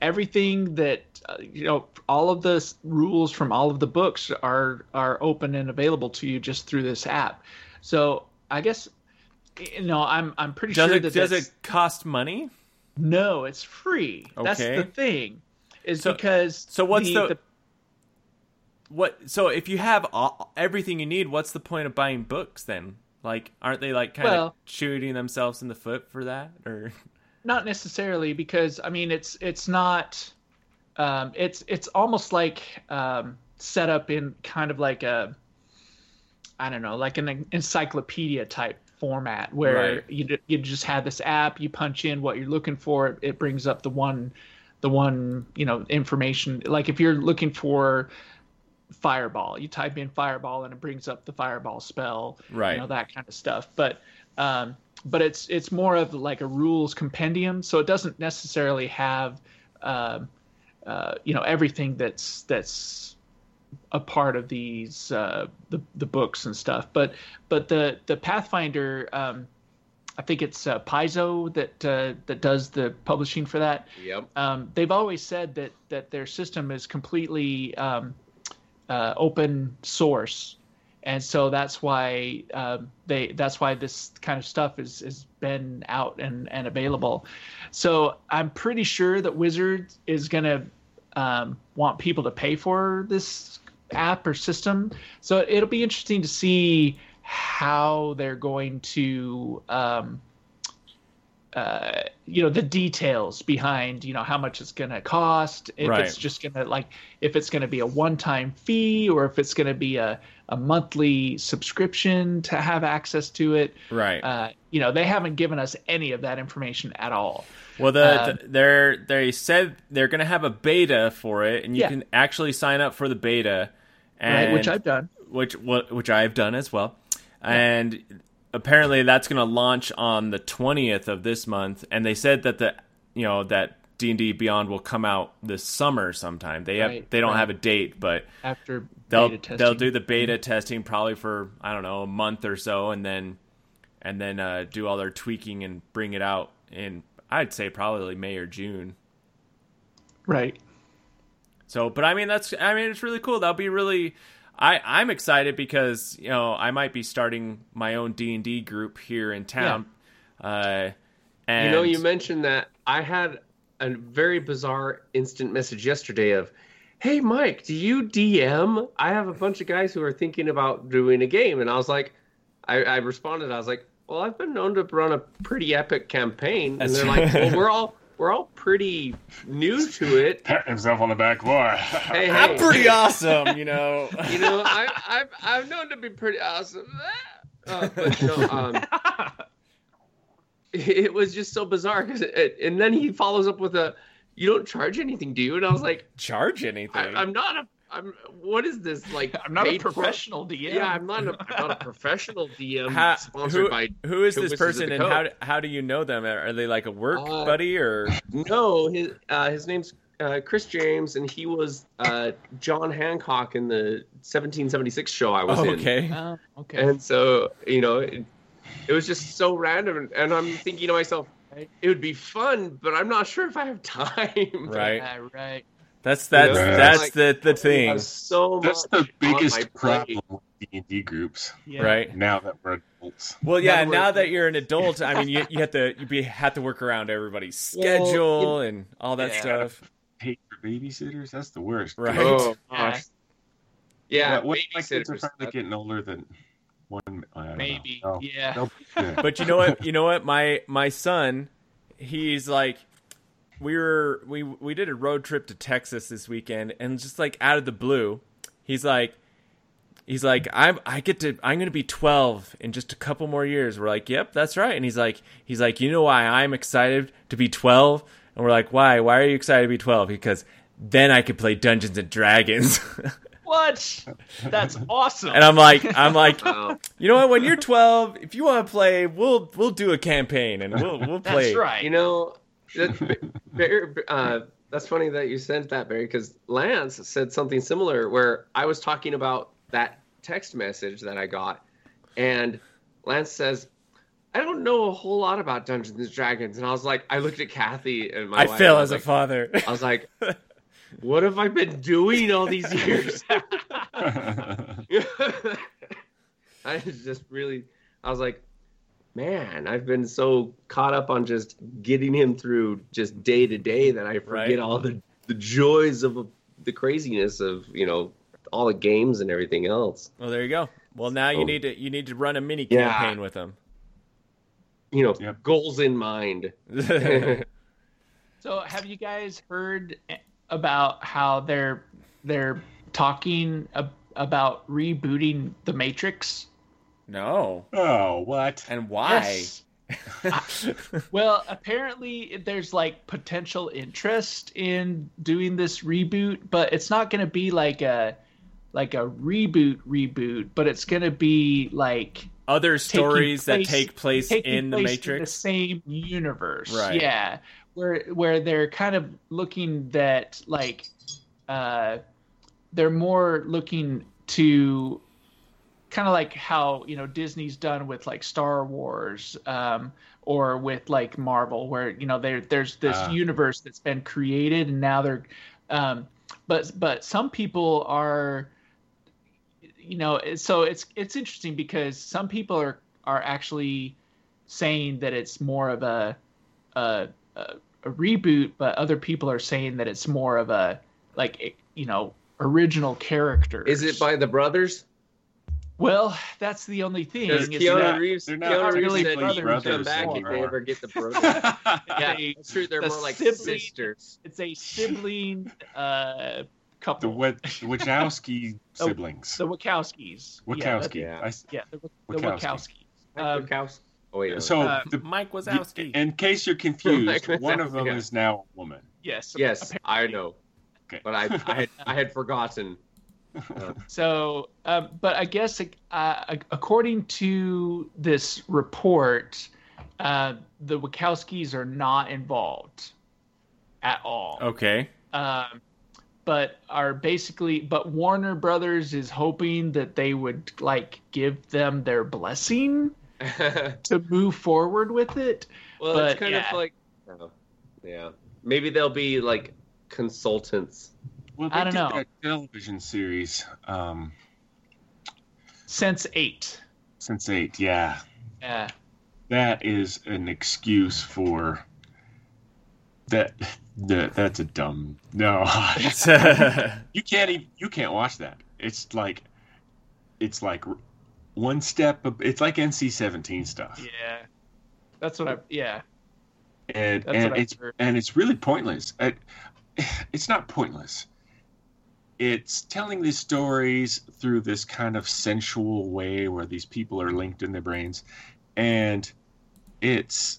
Speaker 5: everything that uh, you know, all of the s- rules from all of the books are are open and available to you just through this app. So I guess you know I'm I'm pretty
Speaker 1: does
Speaker 5: sure
Speaker 1: it
Speaker 5: that
Speaker 1: does
Speaker 5: that's-
Speaker 1: it cost money
Speaker 5: no, it's free. That's the
Speaker 1: Okay.
Speaker 5: thing. Is
Speaker 1: So-
Speaker 5: because
Speaker 1: so what's the- What? So if you have all, everything you need, what's the point of buying books then? Like, aren't they like kind of
Speaker 5: Well-
Speaker 1: shooting themselves in the foot for that? Or
Speaker 5: not necessarily because I mean it's it's not um, it's it's almost like um, set up in kind of like a I don't know like an encyclopedia type format where
Speaker 1: Right.
Speaker 5: you ju- you just have this app you punch in what you're looking for it, it brings up the one the one you know information like if you're looking for fireball you type in fireball and it brings up the fireball spell
Speaker 1: Right.
Speaker 5: you know that kind of stuff but um but it's it's more of like a rules compendium so it doesn't necessarily have um uh you know everything that's that's a part of these uh the, the books and stuff but but the the pathfinder um i think it's uh, paizo that uh, that does the publishing for that
Speaker 6: Yep.
Speaker 5: um, they've always said that that their system is completely um, uh, open source, and so that's why um, they that's why this kind of stuff is is been out and and available. So I'm pretty sure that Wizard is gonna um, want people to pay for this app or system. So it'll be interesting to see how they're going to. Um, uh, you know the details behind you know how much it's going to cost if
Speaker 1: Right.
Speaker 5: it's just going to like if it's going to be a one-time fee or if it's going to be a, a monthly subscription to have access to it
Speaker 1: right?
Speaker 5: uh, you know they haven't given us any of that information at all
Speaker 1: well, the,
Speaker 5: um,
Speaker 1: the- they're they said they're gonna have a beta for it, and you
Speaker 5: Yeah.
Speaker 1: can actually sign up for the beta. And
Speaker 5: right which i've done
Speaker 1: which wh- which I have done as well, and apparently that's going to launch on the twentieth of this month. And they said that the you know that D and D Beyond will come out this summer sometime. They have
Speaker 5: Right,
Speaker 1: they don't
Speaker 5: right.
Speaker 1: have a date, but
Speaker 5: after
Speaker 1: they'll
Speaker 5: beta testing.
Speaker 1: they'll do the beta testing probably for I don't know a month or so, and then and then uh, do all their tweaking and bring it out in I'd say probably May or June.
Speaker 5: right
Speaker 1: So, but I mean, that's I mean, it's really cool. That'll be really. I I'm excited because you know I might be starting my own D and D group here in town. Uh, and
Speaker 6: you know, you mentioned that I had a very bizarre instant message yesterday of, "Hey, Mike, do you DM? I have a bunch of guys who are thinking about doing a game." And I was like, I, I responded, I was like, "Well, I've been known to run a pretty epic campaign," and
Speaker 1: That's
Speaker 6: they're like,
Speaker 1: right.
Speaker 6: "Well, we're all we're all pretty new to it."
Speaker 4: Pat himself on the back bar.
Speaker 6: Hey,
Speaker 1: I'm
Speaker 6: hey,
Speaker 1: pretty awesome, you know.
Speaker 6: you know, I, I've I've known to be pretty awesome, uh, but no, um, it was just so bizarre. 'cause it, and then he follows up with a, "You don't charge anything, do you?" And I was like,
Speaker 1: Charge anything?
Speaker 6: I, "I'm not a, I'm what is this like?
Speaker 5: I'm not a
Speaker 6: paid for-
Speaker 5: professional DM.
Speaker 6: Yeah, I'm not a, I'm not a professional DM
Speaker 1: Ha-
Speaker 6: sponsored
Speaker 1: who-
Speaker 6: by.
Speaker 1: who is
Speaker 6: Who
Speaker 1: this
Speaker 6: Whistles
Speaker 1: person,
Speaker 6: at
Speaker 1: and
Speaker 6: the
Speaker 1: how do,
Speaker 6: Cove?
Speaker 1: how do you know them? Are are they like a work
Speaker 6: Uh,
Speaker 1: buddy or?
Speaker 6: No, his uh, his name's uh, Chris James, and he was uh, John Hancock in the 1776 show I was
Speaker 1: Oh,
Speaker 6: in.
Speaker 1: okay.
Speaker 5: Oh, okay.
Speaker 6: And so, you know, it, it was just so random. And, and I'm thinking to myself, it would be fun, but I'm not sure if I have time.
Speaker 1: Right.
Speaker 5: Yeah, right.
Speaker 1: That's that's
Speaker 4: Yeah.
Speaker 1: that's
Speaker 6: Like-
Speaker 1: the the
Speaker 6: I
Speaker 1: thing,
Speaker 6: have so
Speaker 4: That's
Speaker 6: much
Speaker 4: the biggest
Speaker 6: on my plate.
Speaker 4: problem with D and D groups
Speaker 5: Yeah.
Speaker 1: right?
Speaker 4: now that we're adults.
Speaker 1: Well, yeah.
Speaker 6: other
Speaker 1: and
Speaker 6: words,
Speaker 1: Now that
Speaker 6: like-
Speaker 1: you're an adult, I mean, you, you have to you be have to work around everybody's
Speaker 6: Well, you-
Speaker 1: schedule and all that
Speaker 5: Yeah.
Speaker 1: stuff.
Speaker 4: Paid for babysitters. That's the worst.
Speaker 1: Right.
Speaker 6: Oh,
Speaker 5: Yeah.
Speaker 6: gosh. Yeah,
Speaker 4: What- what if my kids are
Speaker 6: babysitters.
Speaker 4: finally getting older than one. I don't
Speaker 5: Maybe.
Speaker 4: Know. No.
Speaker 5: Yeah.
Speaker 4: They'll be good.
Speaker 1: But you know what? You know what? My my son, he's like, we were we we did a road trip to Texas this weekend, and just like out of the blue, he's like, he's like i'm i get to i'm gonna be 12 in just a couple more years we're like yep that's right and he's like he's like you know why i'm excited to be 12 and we're like why why are you excited to be 12 because then i could play dungeons and dragons
Speaker 5: What? That's awesome.
Speaker 1: and i'm like i'm like
Speaker 5: Oh.
Speaker 6: Wow.
Speaker 1: you know what when you're 12 if you want to play we'll we'll do a campaign and we'll we'll
Speaker 5: That's
Speaker 1: play
Speaker 5: right.
Speaker 6: You know, that, Barry, uh, that's funny that you sent that, Barry, because Lance said something similar where I was talking about that text message that I got, and Lance says, I don't know a whole lot about Dungeons and Dragons. And I was like, I looked at Kathy and my
Speaker 1: i
Speaker 6: wife,
Speaker 1: feel
Speaker 6: and I
Speaker 1: as
Speaker 6: was
Speaker 1: a
Speaker 6: like-
Speaker 1: father
Speaker 6: I was like, what have I been doing all these years? I was just really, I was like, man, I've been so caught up on just getting him through just day to day that I forget
Speaker 1: Right.
Speaker 6: all the, the joys of the craziness of, you know, all the games and everything else.
Speaker 1: well there you go well now you
Speaker 6: So-
Speaker 1: need to you need to run a mini
Speaker 6: Yeah.
Speaker 1: campaign with them
Speaker 6: You know,
Speaker 4: Yep.
Speaker 6: goals in mind.
Speaker 5: So, have you guys heard about how they're they're talking ab- about rebooting the Matrix?
Speaker 1: no
Speaker 4: oh, what?
Speaker 1: and why
Speaker 5: Yes. Well, apparently there's like potential interest in doing this reboot, but it's not going to be like a like a reboot reboot, but it's going to be like
Speaker 1: other
Speaker 5: taking
Speaker 1: stories
Speaker 5: place-
Speaker 1: that take place
Speaker 5: taking
Speaker 1: in the
Speaker 5: place the
Speaker 1: Matrix.
Speaker 5: same universe.
Speaker 1: Right.
Speaker 5: Yeah, where where they're kind of looking that like, uh, they're more looking to kind of like how you know Disney's done with like Star Wars um, or with like Marvel, where you know there there's this
Speaker 4: Ah.
Speaker 5: universe that's been created and now they're, um, but but some people are, you know, it- so it's it's interesting because some people are are actually saying that it's more of a a, a, a reboot, but other people are saying that it's more of a like you know original characters.
Speaker 6: Is it by the brothers?
Speaker 5: Well, that's the only thing. Is
Speaker 6: Because Keanu
Speaker 5: that
Speaker 4: not-
Speaker 6: Reeves,
Speaker 4: they're not
Speaker 6: Keanu Reeves
Speaker 5: really
Speaker 6: said he would
Speaker 5: brothers
Speaker 6: come back if they
Speaker 4: anymore.
Speaker 6: ever get the brothers. yeah,
Speaker 5: they-
Speaker 6: that's true. They're
Speaker 5: the
Speaker 6: more like
Speaker 5: siblings-
Speaker 6: sisters.
Speaker 5: it's a sibling uh,
Speaker 4: the
Speaker 5: couple.
Speaker 4: Wet- Wachowski siblings.
Speaker 5: The Wachowskis. Yeah, that's-
Speaker 4: Wachowski.
Speaker 6: yeah.
Speaker 4: I s-
Speaker 5: yeah the, the
Speaker 4: Wachowski.
Speaker 5: Wachowskis. Um,
Speaker 6: Cows- oh, wait, no.
Speaker 4: so,
Speaker 5: Uh,
Speaker 4: the,
Speaker 1: Mike Wazowski.
Speaker 4: in case you're confused,
Speaker 6: Wachowski,
Speaker 4: one of them
Speaker 6: yeah.
Speaker 4: is now a woman.
Speaker 5: yes.
Speaker 6: yes, I know,
Speaker 4: Okay.
Speaker 6: but I, I had I had forgotten.
Speaker 5: So, um, but I guess uh, according to this report, uh, the Wachowskis are not involved at all.
Speaker 1: okay.
Speaker 5: um, but are basically but Warner Brothers is hoping that they would like give them their blessing
Speaker 6: well,
Speaker 5: to move forward with it. But,
Speaker 6: it's kind
Speaker 5: yeah.
Speaker 6: of like, oh, yeah, maybe they'll be like consultants
Speaker 4: Well,
Speaker 5: I don't
Speaker 4: did
Speaker 5: know.
Speaker 4: That television series, um,
Speaker 5: Sense eight.
Speaker 4: Sense Eight. Yeah,
Speaker 5: Yeah.
Speaker 4: that is an excuse for that. that that's a dumb. No, you can't even. You can't watch that. It's like, it's like one step. ab- It's like NC seventeen stuff,
Speaker 5: Yeah. That's what I. Yeah.
Speaker 4: and
Speaker 5: That's
Speaker 4: and
Speaker 5: what I
Speaker 4: it's
Speaker 5: heard.
Speaker 4: and it's really pointless. It, it's not pointless. It's telling these stories through this kind of sensual way where these people are linked in their brains, and it's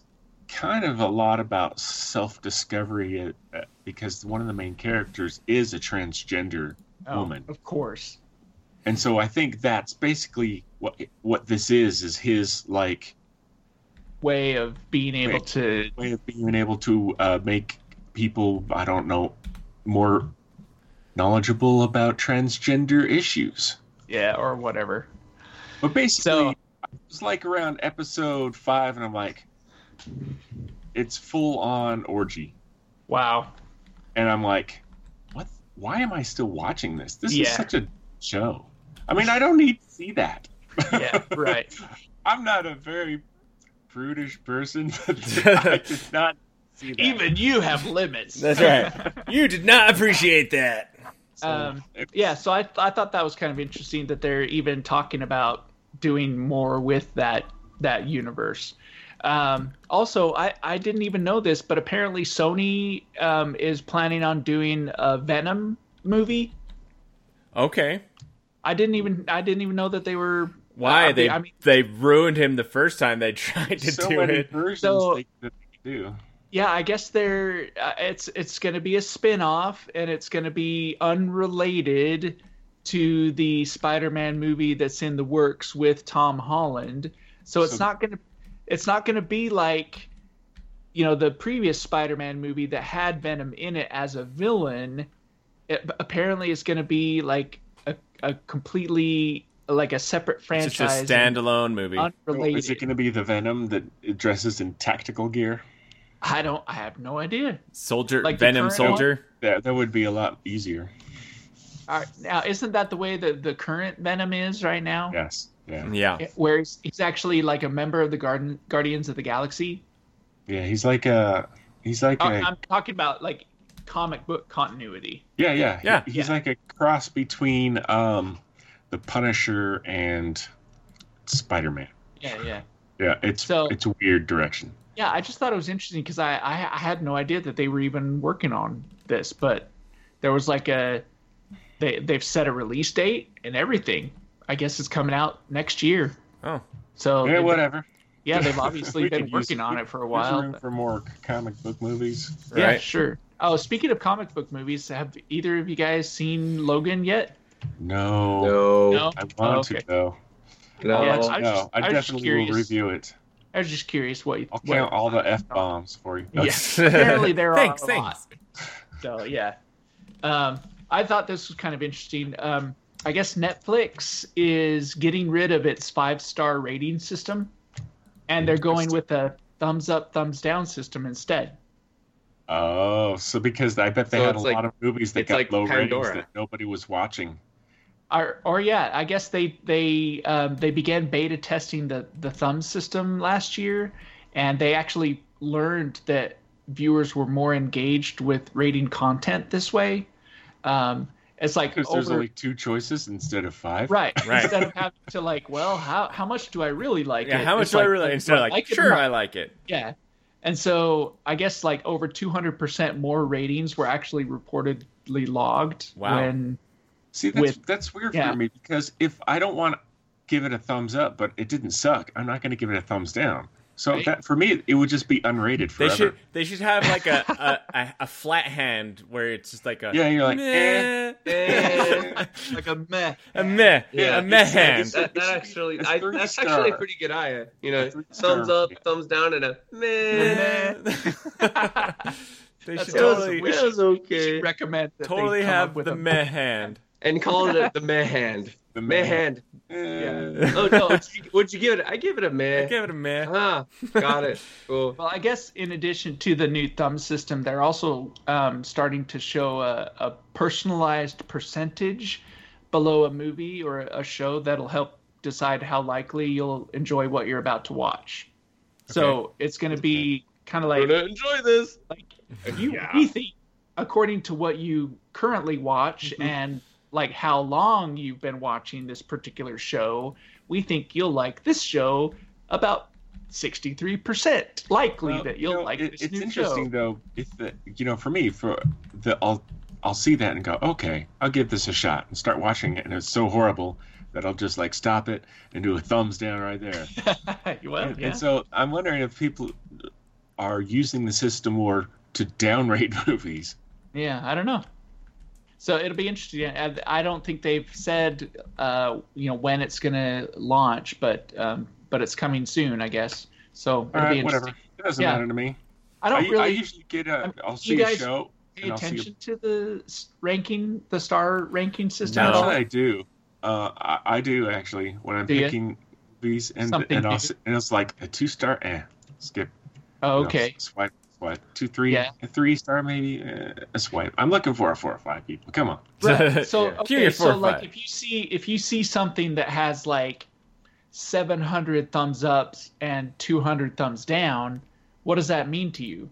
Speaker 4: kind of a lot about self-discovery uh, uh, because one of the main characters is a transgender
Speaker 5: Oh,
Speaker 4: Woman.
Speaker 5: Of course.
Speaker 4: and so I think that's basically what what this is is his like
Speaker 5: Way of being able
Speaker 4: Wait.
Speaker 5: to.
Speaker 4: way of being able to uh, make people I don't know more knowledgeable about transgender issues.
Speaker 5: Yeah. Or whatever.
Speaker 4: But basically,
Speaker 5: So-
Speaker 4: it was like around episode five, and I'm like, it's full on orgy,
Speaker 5: Wow.
Speaker 4: and I'm like, what? Why am I still watching this? This is
Speaker 5: Yeah.
Speaker 4: such a show. I mean, I don't need to see that.
Speaker 5: Yeah. right.
Speaker 4: I'm not a very prudish person, but I did not see that.
Speaker 5: Even you Um, have limits.
Speaker 1: That's right. You did not appreciate that.
Speaker 5: um, yeah so I, I thought that was kind of interesting that they're even talking about doing more with that that universe um, also I, I didn't even know this but apparently sony um, is planning on doing a venom movie
Speaker 1: Okay.
Speaker 5: i didn't even i didn't even know that they were
Speaker 1: Why
Speaker 5: I-
Speaker 1: they
Speaker 5: I mean-
Speaker 1: they ruined him the first time they tried to
Speaker 4: so
Speaker 1: do
Speaker 4: many
Speaker 1: it.
Speaker 4: versions
Speaker 5: So-
Speaker 4: they, that they do.
Speaker 5: yeah i guess they're uh, it's it's going to be a spin-off and it's going to be unrelated to the spider-man movie that's in the works with tom holland so it's
Speaker 4: So-
Speaker 5: not going to it's not going to be like you know the previous spider-man movie that had venom in it as a villain it, apparently it's going to be like a, a completely like a separate
Speaker 1: It's
Speaker 5: franchise
Speaker 1: just a standalone movie.
Speaker 5: and unrelated
Speaker 4: Is it going to be the Venom that dresses in tactical gear?
Speaker 5: i don't i have no idea
Speaker 1: Soldier
Speaker 5: like the
Speaker 1: Venom
Speaker 5: current
Speaker 1: Soldier.
Speaker 4: That that would be a lot easier.
Speaker 5: All right, now isn't that the way that the current Venom is right now?
Speaker 4: Yes. Yeah.
Speaker 1: Mm, Yeah.
Speaker 5: Where he's, he's actually like a member of the Garden Guardians of the Galaxy.
Speaker 4: Yeah. He's like a. He's like
Speaker 5: I-
Speaker 4: a.
Speaker 5: Uh, I'm talking about like comic book continuity.
Speaker 4: Yeah. Yeah. he-
Speaker 1: Yeah.
Speaker 4: he's
Speaker 5: Yeah.
Speaker 4: like a cross between um, the Punisher and Spider-Man.
Speaker 5: Yeah, yeah,
Speaker 4: Yeah. It's
Speaker 5: So-
Speaker 4: it's a weird direction.
Speaker 5: yeah. I just thought it was interesting because I, I I had no idea that they were even working on this, but there was like a they they've set a release date and everything. I guess it's coming out next year.
Speaker 1: Oh.
Speaker 5: So
Speaker 4: yeah. Whatever.
Speaker 5: yeah, they've
Speaker 4: We
Speaker 5: obviously been
Speaker 4: could use-
Speaker 5: working on it for a
Speaker 4: There's
Speaker 5: while.
Speaker 4: room
Speaker 5: but-
Speaker 4: for more comic book movies.
Speaker 5: Yeah,
Speaker 1: Right.
Speaker 5: sure. Oh, speaking of comic book movies, have either of you guys seen Logan yet?
Speaker 4: No.
Speaker 6: No.
Speaker 5: No.
Speaker 4: I want
Speaker 5: Oh, okay.
Speaker 4: to though.
Speaker 6: No.
Speaker 5: Yeah,
Speaker 4: I'll
Speaker 5: it's-
Speaker 4: let
Speaker 5: I was
Speaker 4: you know.
Speaker 5: just-
Speaker 4: I
Speaker 5: I was just
Speaker 4: definitely will
Speaker 5: curious.
Speaker 4: review it.
Speaker 5: I was just curious what you.
Speaker 4: I'll
Speaker 5: what-
Speaker 4: count all the f bombs for you.
Speaker 5: Yeah, apparently there
Speaker 1: Thanks,
Speaker 5: are a
Speaker 1: thanks.
Speaker 5: lot. So yeah, um, I thought this was kind of interesting. Um, I guess Netflix is getting rid of its five-star rating system, and they're going with a thumbs up, thumbs down system instead.
Speaker 4: Oh, so because I bet they
Speaker 6: So
Speaker 4: had a
Speaker 6: it's like-
Speaker 4: lot of movies that
Speaker 6: it's
Speaker 4: got
Speaker 6: like
Speaker 4: low ratings
Speaker 6: Pandora.
Speaker 4: that nobody was watching.
Speaker 5: Or, or yeah, I guess they they um, they began beta testing the the thumb system last year, and they actually learned that viewers were more engaged with rating content this way. Um, it's like
Speaker 4: Because there's
Speaker 5: over-
Speaker 4: only two choices instead of five.
Speaker 5: right,
Speaker 1: Right.
Speaker 5: instead of having to like, well, how how much do I really like
Speaker 1: Yeah,
Speaker 5: it?
Speaker 1: how much
Speaker 5: It's
Speaker 1: do I really instead of like,
Speaker 5: like it or
Speaker 1: sure
Speaker 5: not.
Speaker 1: I like it.
Speaker 5: Yeah. And so I guess like over 200% more ratings were actually reportedly logged
Speaker 1: Wow.
Speaker 5: when
Speaker 4: See, that's
Speaker 5: With-
Speaker 4: that's weird
Speaker 5: yeah.
Speaker 4: for me because if I don't want to give it a thumbs up, but it didn't suck, I'm not going to give it a thumbs down. So
Speaker 5: Right.
Speaker 4: that for me, it would just be unrated
Speaker 1: They
Speaker 4: forever.
Speaker 1: should they should have like a, a, a, a flat hand where it's just like a
Speaker 4: Yeah, you're like,
Speaker 1: meh,
Speaker 6: eh. like a meh.
Speaker 1: a meh
Speaker 6: Yeah,
Speaker 1: a meh
Speaker 4: it's- it's-
Speaker 1: hand.
Speaker 6: That, that
Speaker 4: It's-
Speaker 6: actually,
Speaker 4: it's
Speaker 6: I,
Speaker 4: three
Speaker 6: that's actually a
Speaker 4: star.
Speaker 6: pretty good eye. You know,
Speaker 4: Three
Speaker 6: thumbs
Speaker 4: star.
Speaker 6: up, thumbs down, and a meh.
Speaker 1: Meh. they
Speaker 5: "Eh, That's
Speaker 1: should
Speaker 5: awesome.
Speaker 1: totally
Speaker 5: We should-
Speaker 6: That was okay.
Speaker 5: recommend that they
Speaker 1: totally
Speaker 5: come
Speaker 1: have
Speaker 5: up with
Speaker 1: the
Speaker 5: a
Speaker 1: meh hand.
Speaker 6: And call it the meh hand.
Speaker 4: The
Speaker 6: Man.
Speaker 4: Eh.
Speaker 6: Oh no, what'd you, what'd you give it? I give it a
Speaker 1: I
Speaker 6: man.
Speaker 1: gave it a man.
Speaker 6: Ah, got it. Cool.
Speaker 5: Well, I guess in addition to the new thumb system, they're also um, starting to show a, a personalized percentage below a movie or a show that'll help decide how likely you'll enjoy what you're about to watch. So it's going to be kind of like
Speaker 6: I'm gonna enjoy this.
Speaker 5: you we think according to what you currently watch
Speaker 4: Mm-hmm.
Speaker 5: and like how long you've been watching this particular show we think you'll like this show about 63% likely
Speaker 4: Well,
Speaker 5: that
Speaker 4: you
Speaker 5: you'll
Speaker 4: know,
Speaker 5: like
Speaker 4: it-
Speaker 5: this
Speaker 4: it's
Speaker 5: new
Speaker 4: interesting
Speaker 5: show
Speaker 4: though if the you know for me for the i'll i'll see that and go okay i'll give this a shot and start watching it and it's so horrible that i'll just like stop it and do a thumbs down right there
Speaker 5: well,
Speaker 4: and,
Speaker 5: yeah.
Speaker 4: and so i'm wondering if people are using the system more to downrate movies
Speaker 5: yeah i don't know so it'll be interesting i, I don't think they've said uh, you know when it's going to launch but um, but it's coming soon i guess so
Speaker 4: all
Speaker 5: it'll be
Speaker 4: right
Speaker 5: interesting
Speaker 4: whatever it doesn't
Speaker 5: Yeah.
Speaker 4: matter to me
Speaker 5: i
Speaker 4: i,
Speaker 5: don't really
Speaker 4: I usually get a
Speaker 5: I'm-
Speaker 4: i'll
Speaker 5: you
Speaker 4: see a
Speaker 5: guys
Speaker 4: show
Speaker 5: pay
Speaker 4: and i'll see a
Speaker 5: attention to the s- ranking, the star ranking system
Speaker 1: No.
Speaker 5: at all?
Speaker 4: Actually, I do. Uh, I, I do actually when I'm
Speaker 5: Do ya?
Speaker 4: picking these, and
Speaker 5: Something
Speaker 4: and, I'll,
Speaker 5: new.
Speaker 4: s- and it's like a two star, eh, skip.
Speaker 5: Oh,
Speaker 4: you know,
Speaker 5: okay.
Speaker 4: s- swipe, swipe, two, three,
Speaker 5: Yeah.
Speaker 4: a three star maybe, eh, a swipe. I'm looking for a four or five people. Come on.
Speaker 5: Right. So,
Speaker 1: Yeah. Give me
Speaker 5: okay,
Speaker 1: a four
Speaker 5: so
Speaker 1: or
Speaker 5: like
Speaker 1: five.
Speaker 5: if you see if you see something that has like 700 thumbs ups and 200 thumbs down, what does that mean to you?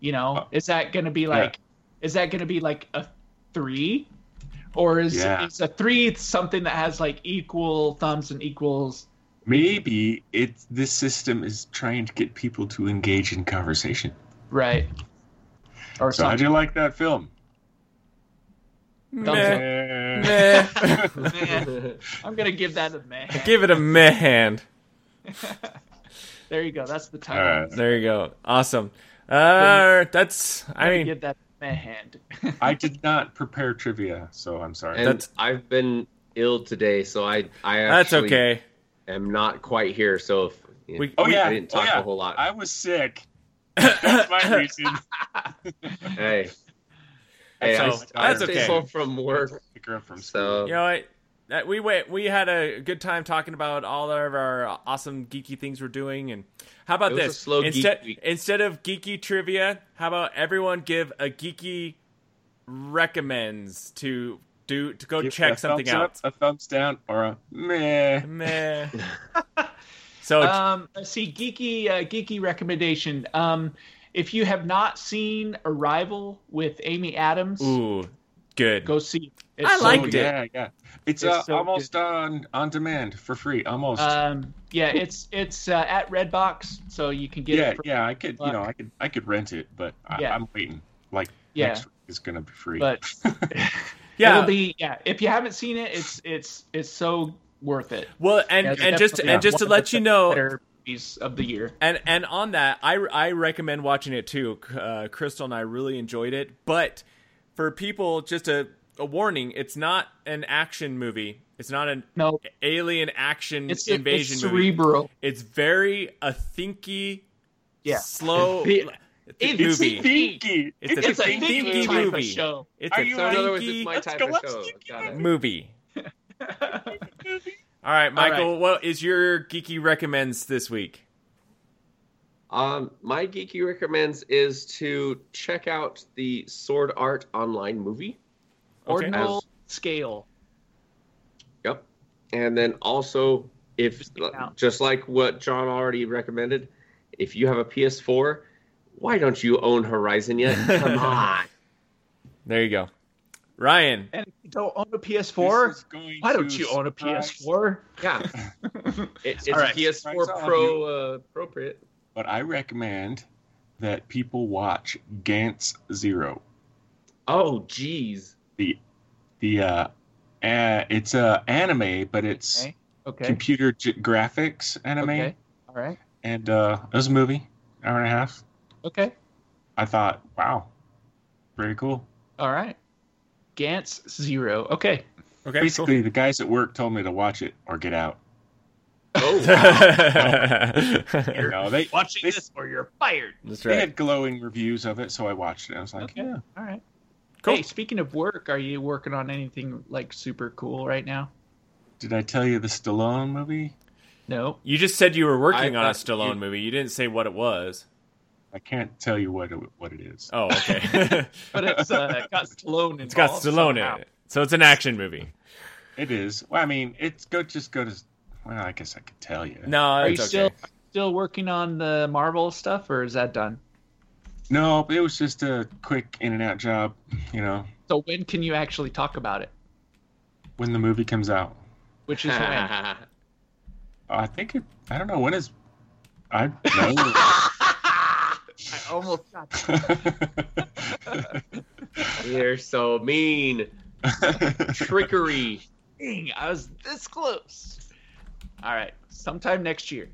Speaker 5: You know,
Speaker 4: Uh,
Speaker 5: is that going to be like is that going to be like a 3 or is
Speaker 4: Yeah.
Speaker 5: is a 3 something that has like equal thumbs and equals
Speaker 4: Maybe it's this system is trying to get people to engage in conversation.
Speaker 5: right? Or
Speaker 4: So how'd
Speaker 5: something.
Speaker 4: you like that film?
Speaker 5: Thumbs
Speaker 4: Eh.
Speaker 1: Meh.
Speaker 5: Meh. I'm going to give that a man.
Speaker 1: Give it a meh hand.
Speaker 5: There you go. That's the title.
Speaker 4: All right.
Speaker 1: There you go. Awesome. Uh, that's. I
Speaker 5: I
Speaker 1: mean,
Speaker 5: give that man a hand.
Speaker 4: I did not prepare trivia, so I'm sorry.
Speaker 6: And
Speaker 1: That's-
Speaker 6: I've been ill today, so I I
Speaker 1: that's
Speaker 6: actually
Speaker 1: okay.
Speaker 6: am not quite here. So if
Speaker 1: We-
Speaker 4: oh yeah,
Speaker 6: I didn't
Speaker 4: oh,
Speaker 6: talk
Speaker 4: yeah.
Speaker 6: a whole lot.
Speaker 4: I was sick. That's my reason.
Speaker 6: hey, hey, I,
Speaker 1: So,
Speaker 6: s- I
Speaker 1: that's
Speaker 6: stayed
Speaker 1: okay.
Speaker 6: home from work,
Speaker 4: Pick her up from school.
Speaker 6: so
Speaker 1: You know what? That- We went. We had a good time talking about all of our awesome geeky things we're doing. And how about
Speaker 6: It was a
Speaker 1: this?
Speaker 6: slow geek
Speaker 1: instead,
Speaker 6: week.
Speaker 1: instead of geeky trivia, how about everyone give a geeky recommends to do to go
Speaker 4: Give
Speaker 1: check
Speaker 4: a
Speaker 1: something
Speaker 4: thumbs
Speaker 1: out?
Speaker 4: Up, a thumbs down or a meh.
Speaker 1: Meh. so
Speaker 5: Um, let's see, geeky uh, geeky recommendation. Um, if you have not seen Arrival with Amy Adams,
Speaker 1: ooh, good.
Speaker 5: go see it.
Speaker 1: I
Speaker 5: so
Speaker 1: liked
Speaker 5: good.
Speaker 1: it.
Speaker 4: Oh, Yeah, yeah. It's,
Speaker 5: It's
Speaker 4: uh,
Speaker 5: so
Speaker 4: almost on on demand for free. Almost.
Speaker 5: Um, yeah, it's it's uh, at Redbox, so you can get
Speaker 4: yeah,
Speaker 5: it. For,
Speaker 4: yeah. I could, you know,
Speaker 5: buck.
Speaker 4: I could, I could rent it, but I,
Speaker 5: Yeah.
Speaker 4: I'm waiting. Like
Speaker 5: Yeah.
Speaker 4: next week is gonna be free.
Speaker 5: But
Speaker 1: yeah.
Speaker 5: it'll be yeah. If you haven't seen it, it's it's it's so worth it.
Speaker 1: well, and
Speaker 5: Yeah, it's
Speaker 1: and just
Speaker 5: definitely
Speaker 1: and just to
Speaker 5: one of
Speaker 1: let
Speaker 5: the
Speaker 1: you know,
Speaker 5: better movies of the year.
Speaker 1: And and on that, I I recommend watching it too. Uh, Crystal and I really enjoyed it, but for people, just a a warning: it's not an action movie. It's not an
Speaker 5: No,
Speaker 1: alien action
Speaker 5: it's
Speaker 1: invasion
Speaker 5: it's
Speaker 1: movie.
Speaker 5: cerebral.
Speaker 1: It's very a thinky,
Speaker 5: Yeah.
Speaker 1: slow
Speaker 6: It's
Speaker 1: th-
Speaker 5: it's
Speaker 1: movie.
Speaker 4: Thinky.
Speaker 1: It's a
Speaker 5: It's a
Speaker 1: Thinky
Speaker 5: thinky type of
Speaker 1: movie.
Speaker 5: show.
Speaker 1: It's a
Speaker 4: Are you
Speaker 6: so in other words,
Speaker 1: thinky
Speaker 6: it's my
Speaker 4: Let's
Speaker 6: type
Speaker 4: go,
Speaker 6: of
Speaker 4: let's
Speaker 6: show.
Speaker 4: geek
Speaker 6: Got it.
Speaker 1: movie. All right, Michael.
Speaker 5: right.
Speaker 1: What is your geeky recommends this week?
Speaker 6: Um, my geeky recommends is to check out the Sword Art Online movie.
Speaker 1: Okay.
Speaker 5: Ordinal scale.
Speaker 6: Yep. And then also, if
Speaker 5: out.
Speaker 6: just like what John already recommended, if you have a PS4, why don't you own Horizon yet? Come on.
Speaker 1: There you go, Ryan.
Speaker 5: And if you don't own a
Speaker 4: This
Speaker 5: PS4,
Speaker 4: is going
Speaker 5: why don't
Speaker 4: to
Speaker 5: you own a
Speaker 4: surprise-
Speaker 5: PS4?
Speaker 6: Yeah. It, it's
Speaker 5: All right.
Speaker 6: PS4
Speaker 4: Surprise all of
Speaker 6: Pro uh, appropriate.
Speaker 4: But I recommend that people watch Gantz Zero.
Speaker 6: Oh, geez.
Speaker 4: The uh, uh it's a anime, but it's
Speaker 5: Okay. Okay.
Speaker 4: computer g- graphics anime.
Speaker 5: Okay. All right.
Speaker 4: and uh, it was a movie, hour and a half.
Speaker 5: Okay.
Speaker 4: I thought, wow, pretty cool.
Speaker 5: All right. Gantz zero. Okay.
Speaker 1: Okay.
Speaker 4: Basically, the guys at work told me to watch it or get out.
Speaker 6: Oh,
Speaker 1: cool.
Speaker 4: You know, they
Speaker 5: Watching
Speaker 4: This-
Speaker 5: this or you're fired.
Speaker 1: That's
Speaker 4: they
Speaker 1: right.
Speaker 4: had glowing reviews of it, so I watched it. I was like,
Speaker 5: Okay.
Speaker 4: yeah,
Speaker 5: All right.
Speaker 1: Cool.
Speaker 5: Hey, speaking of work, are you working on anything like super cool right now?
Speaker 4: Did I tell you the Stallone movie?
Speaker 5: No.
Speaker 1: You just said you were working
Speaker 6: I
Speaker 1: on a
Speaker 6: thought
Speaker 1: Stallone
Speaker 6: you-
Speaker 1: movie. You didn't say what it was.
Speaker 4: I can't tell you what it, what it is.
Speaker 1: Oh, okay.
Speaker 5: But it's uh, got Stallone
Speaker 1: it's got
Speaker 5: involved
Speaker 1: Stallone
Speaker 5: somehow.
Speaker 1: in it, so it's an action movie.
Speaker 4: It is. Well, I mean, it's go just go to. Well, I guess I could tell you.
Speaker 1: No,
Speaker 5: Are you
Speaker 1: it's okay.
Speaker 5: still still working on the Marvel stuff, or is that done?
Speaker 4: No, but it was just a quick in and out job. You know,
Speaker 5: So when can you actually talk about it?
Speaker 4: when the movie comes out,
Speaker 5: Which is when?
Speaker 4: I think it. I don't know when is. I know.
Speaker 5: I almost got
Speaker 6: You're so mean. Trickery.
Speaker 5: dang, I was this close. All right, sometime next year.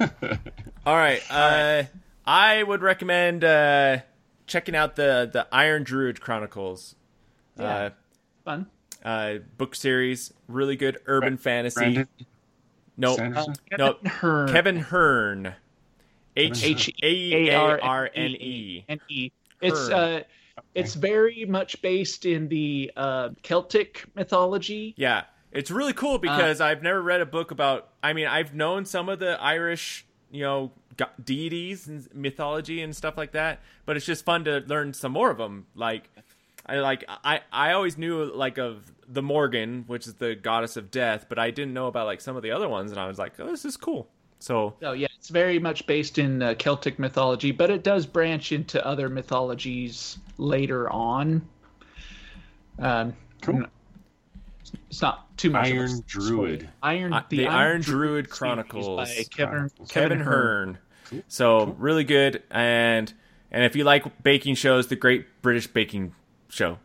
Speaker 1: All right. Uh, I would recommend uh, checking out the the Iron Druid Chronicles
Speaker 5: Yeah. Fun.
Speaker 1: uh, uh, book series. Really good urban fantasy.
Speaker 4: Brandon
Speaker 1: no, uh,
Speaker 4: Sanderson.
Speaker 1: no,
Speaker 5: Hearn.
Speaker 1: Kevin Hearn. H E
Speaker 4: H-
Speaker 1: A R N E.
Speaker 5: N E. It's uh,
Speaker 1: Hearn.
Speaker 5: it's very much based in the uh, Celtic mythology.
Speaker 1: Yeah, it's really
Speaker 5: Uh,
Speaker 1: cool because I've never read a book about. I mean, I've known some of the Irish, you know, go- deities and mythology and stuff like that, but it's just fun to learn some more of them. Like, I like I I always knew like of the Morgan, which is the goddess of death, but I didn't know about like some of the other ones, and I was like, oh, this is cool. So
Speaker 5: So yeah, it's very much based in uh, Celtic mythology, but it does branch into other mythologies later on. Um,
Speaker 4: Cool.
Speaker 5: it's not too much. of a
Speaker 4: Iron
Speaker 5: story.
Speaker 4: Druid.
Speaker 5: Iron,
Speaker 1: Uh, the Iron Druid
Speaker 5: series
Speaker 1: Chronicles.
Speaker 5: by Kevin,
Speaker 4: Chronicles.
Speaker 1: Kevin
Speaker 5: Hearn.
Speaker 1: Hearn. So really good, and and if you like baking shows, the Great British Baking Show.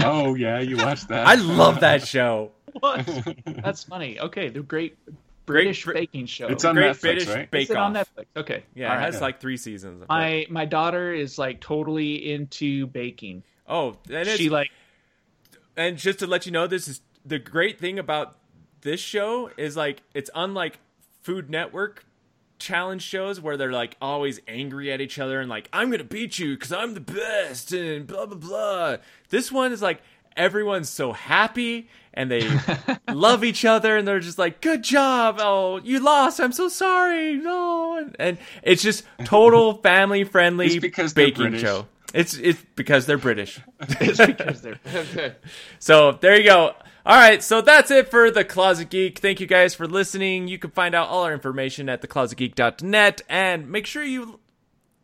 Speaker 4: Oh yeah, you watched that.
Speaker 1: I love that show.
Speaker 5: What? That's funny. Okay, the Great British
Speaker 1: Brit-
Speaker 5: baking show.
Speaker 4: It's on
Speaker 1: Great
Speaker 4: Netflix,
Speaker 1: British
Speaker 4: right?
Speaker 1: Bake
Speaker 5: Is it
Speaker 1: Off.
Speaker 5: on Netflix? Okay.
Speaker 1: Yeah,
Speaker 5: All
Speaker 1: it
Speaker 5: right.
Speaker 1: has like three seasons. of it.
Speaker 5: My my daughter is like totally into baking.
Speaker 1: oh, and it's,
Speaker 5: She like
Speaker 1: and just to let you know, this is the great thing about this show is like it's unlike Food Network challenge shows where they're like always angry at each other and like I'm gonna beat you because I'm the best and blah blah blah. This one is like everyone's so happy and they love each other and they're just like good job oh you lost i'm so sorry no and, and it's just total family friendly
Speaker 4: It's because they're
Speaker 1: baking
Speaker 4: British.
Speaker 1: show it's it's because they're british
Speaker 5: it's because they're
Speaker 1: so there you go. All right, so that's it for the Closet Geek. Thank you guys for listening. You can find out all our information at theclosetgeek.net and make sure you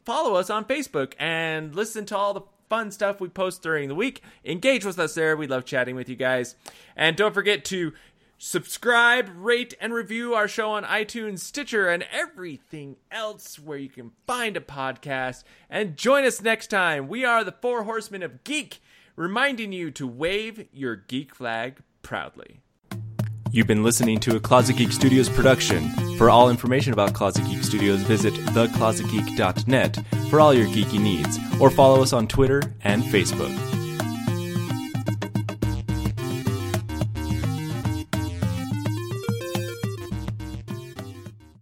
Speaker 1: follow us on Facebook and listen to all the fun stuff we post during the week. Engage with us there. We love chatting with you guys. And don't forget to subscribe, rate, and review our show on iTunes, Stitcher, and everything else where you can find a podcast. And join us next time. We are the Four Horsemen of Geek, reminding you to wave your geek flag proudly. You've been listening to a Closet Geek Studios production. For all information about Closet Geek Studios, visit theclosetgeek.net for all your geeky needs, or follow us on Twitter and Facebook.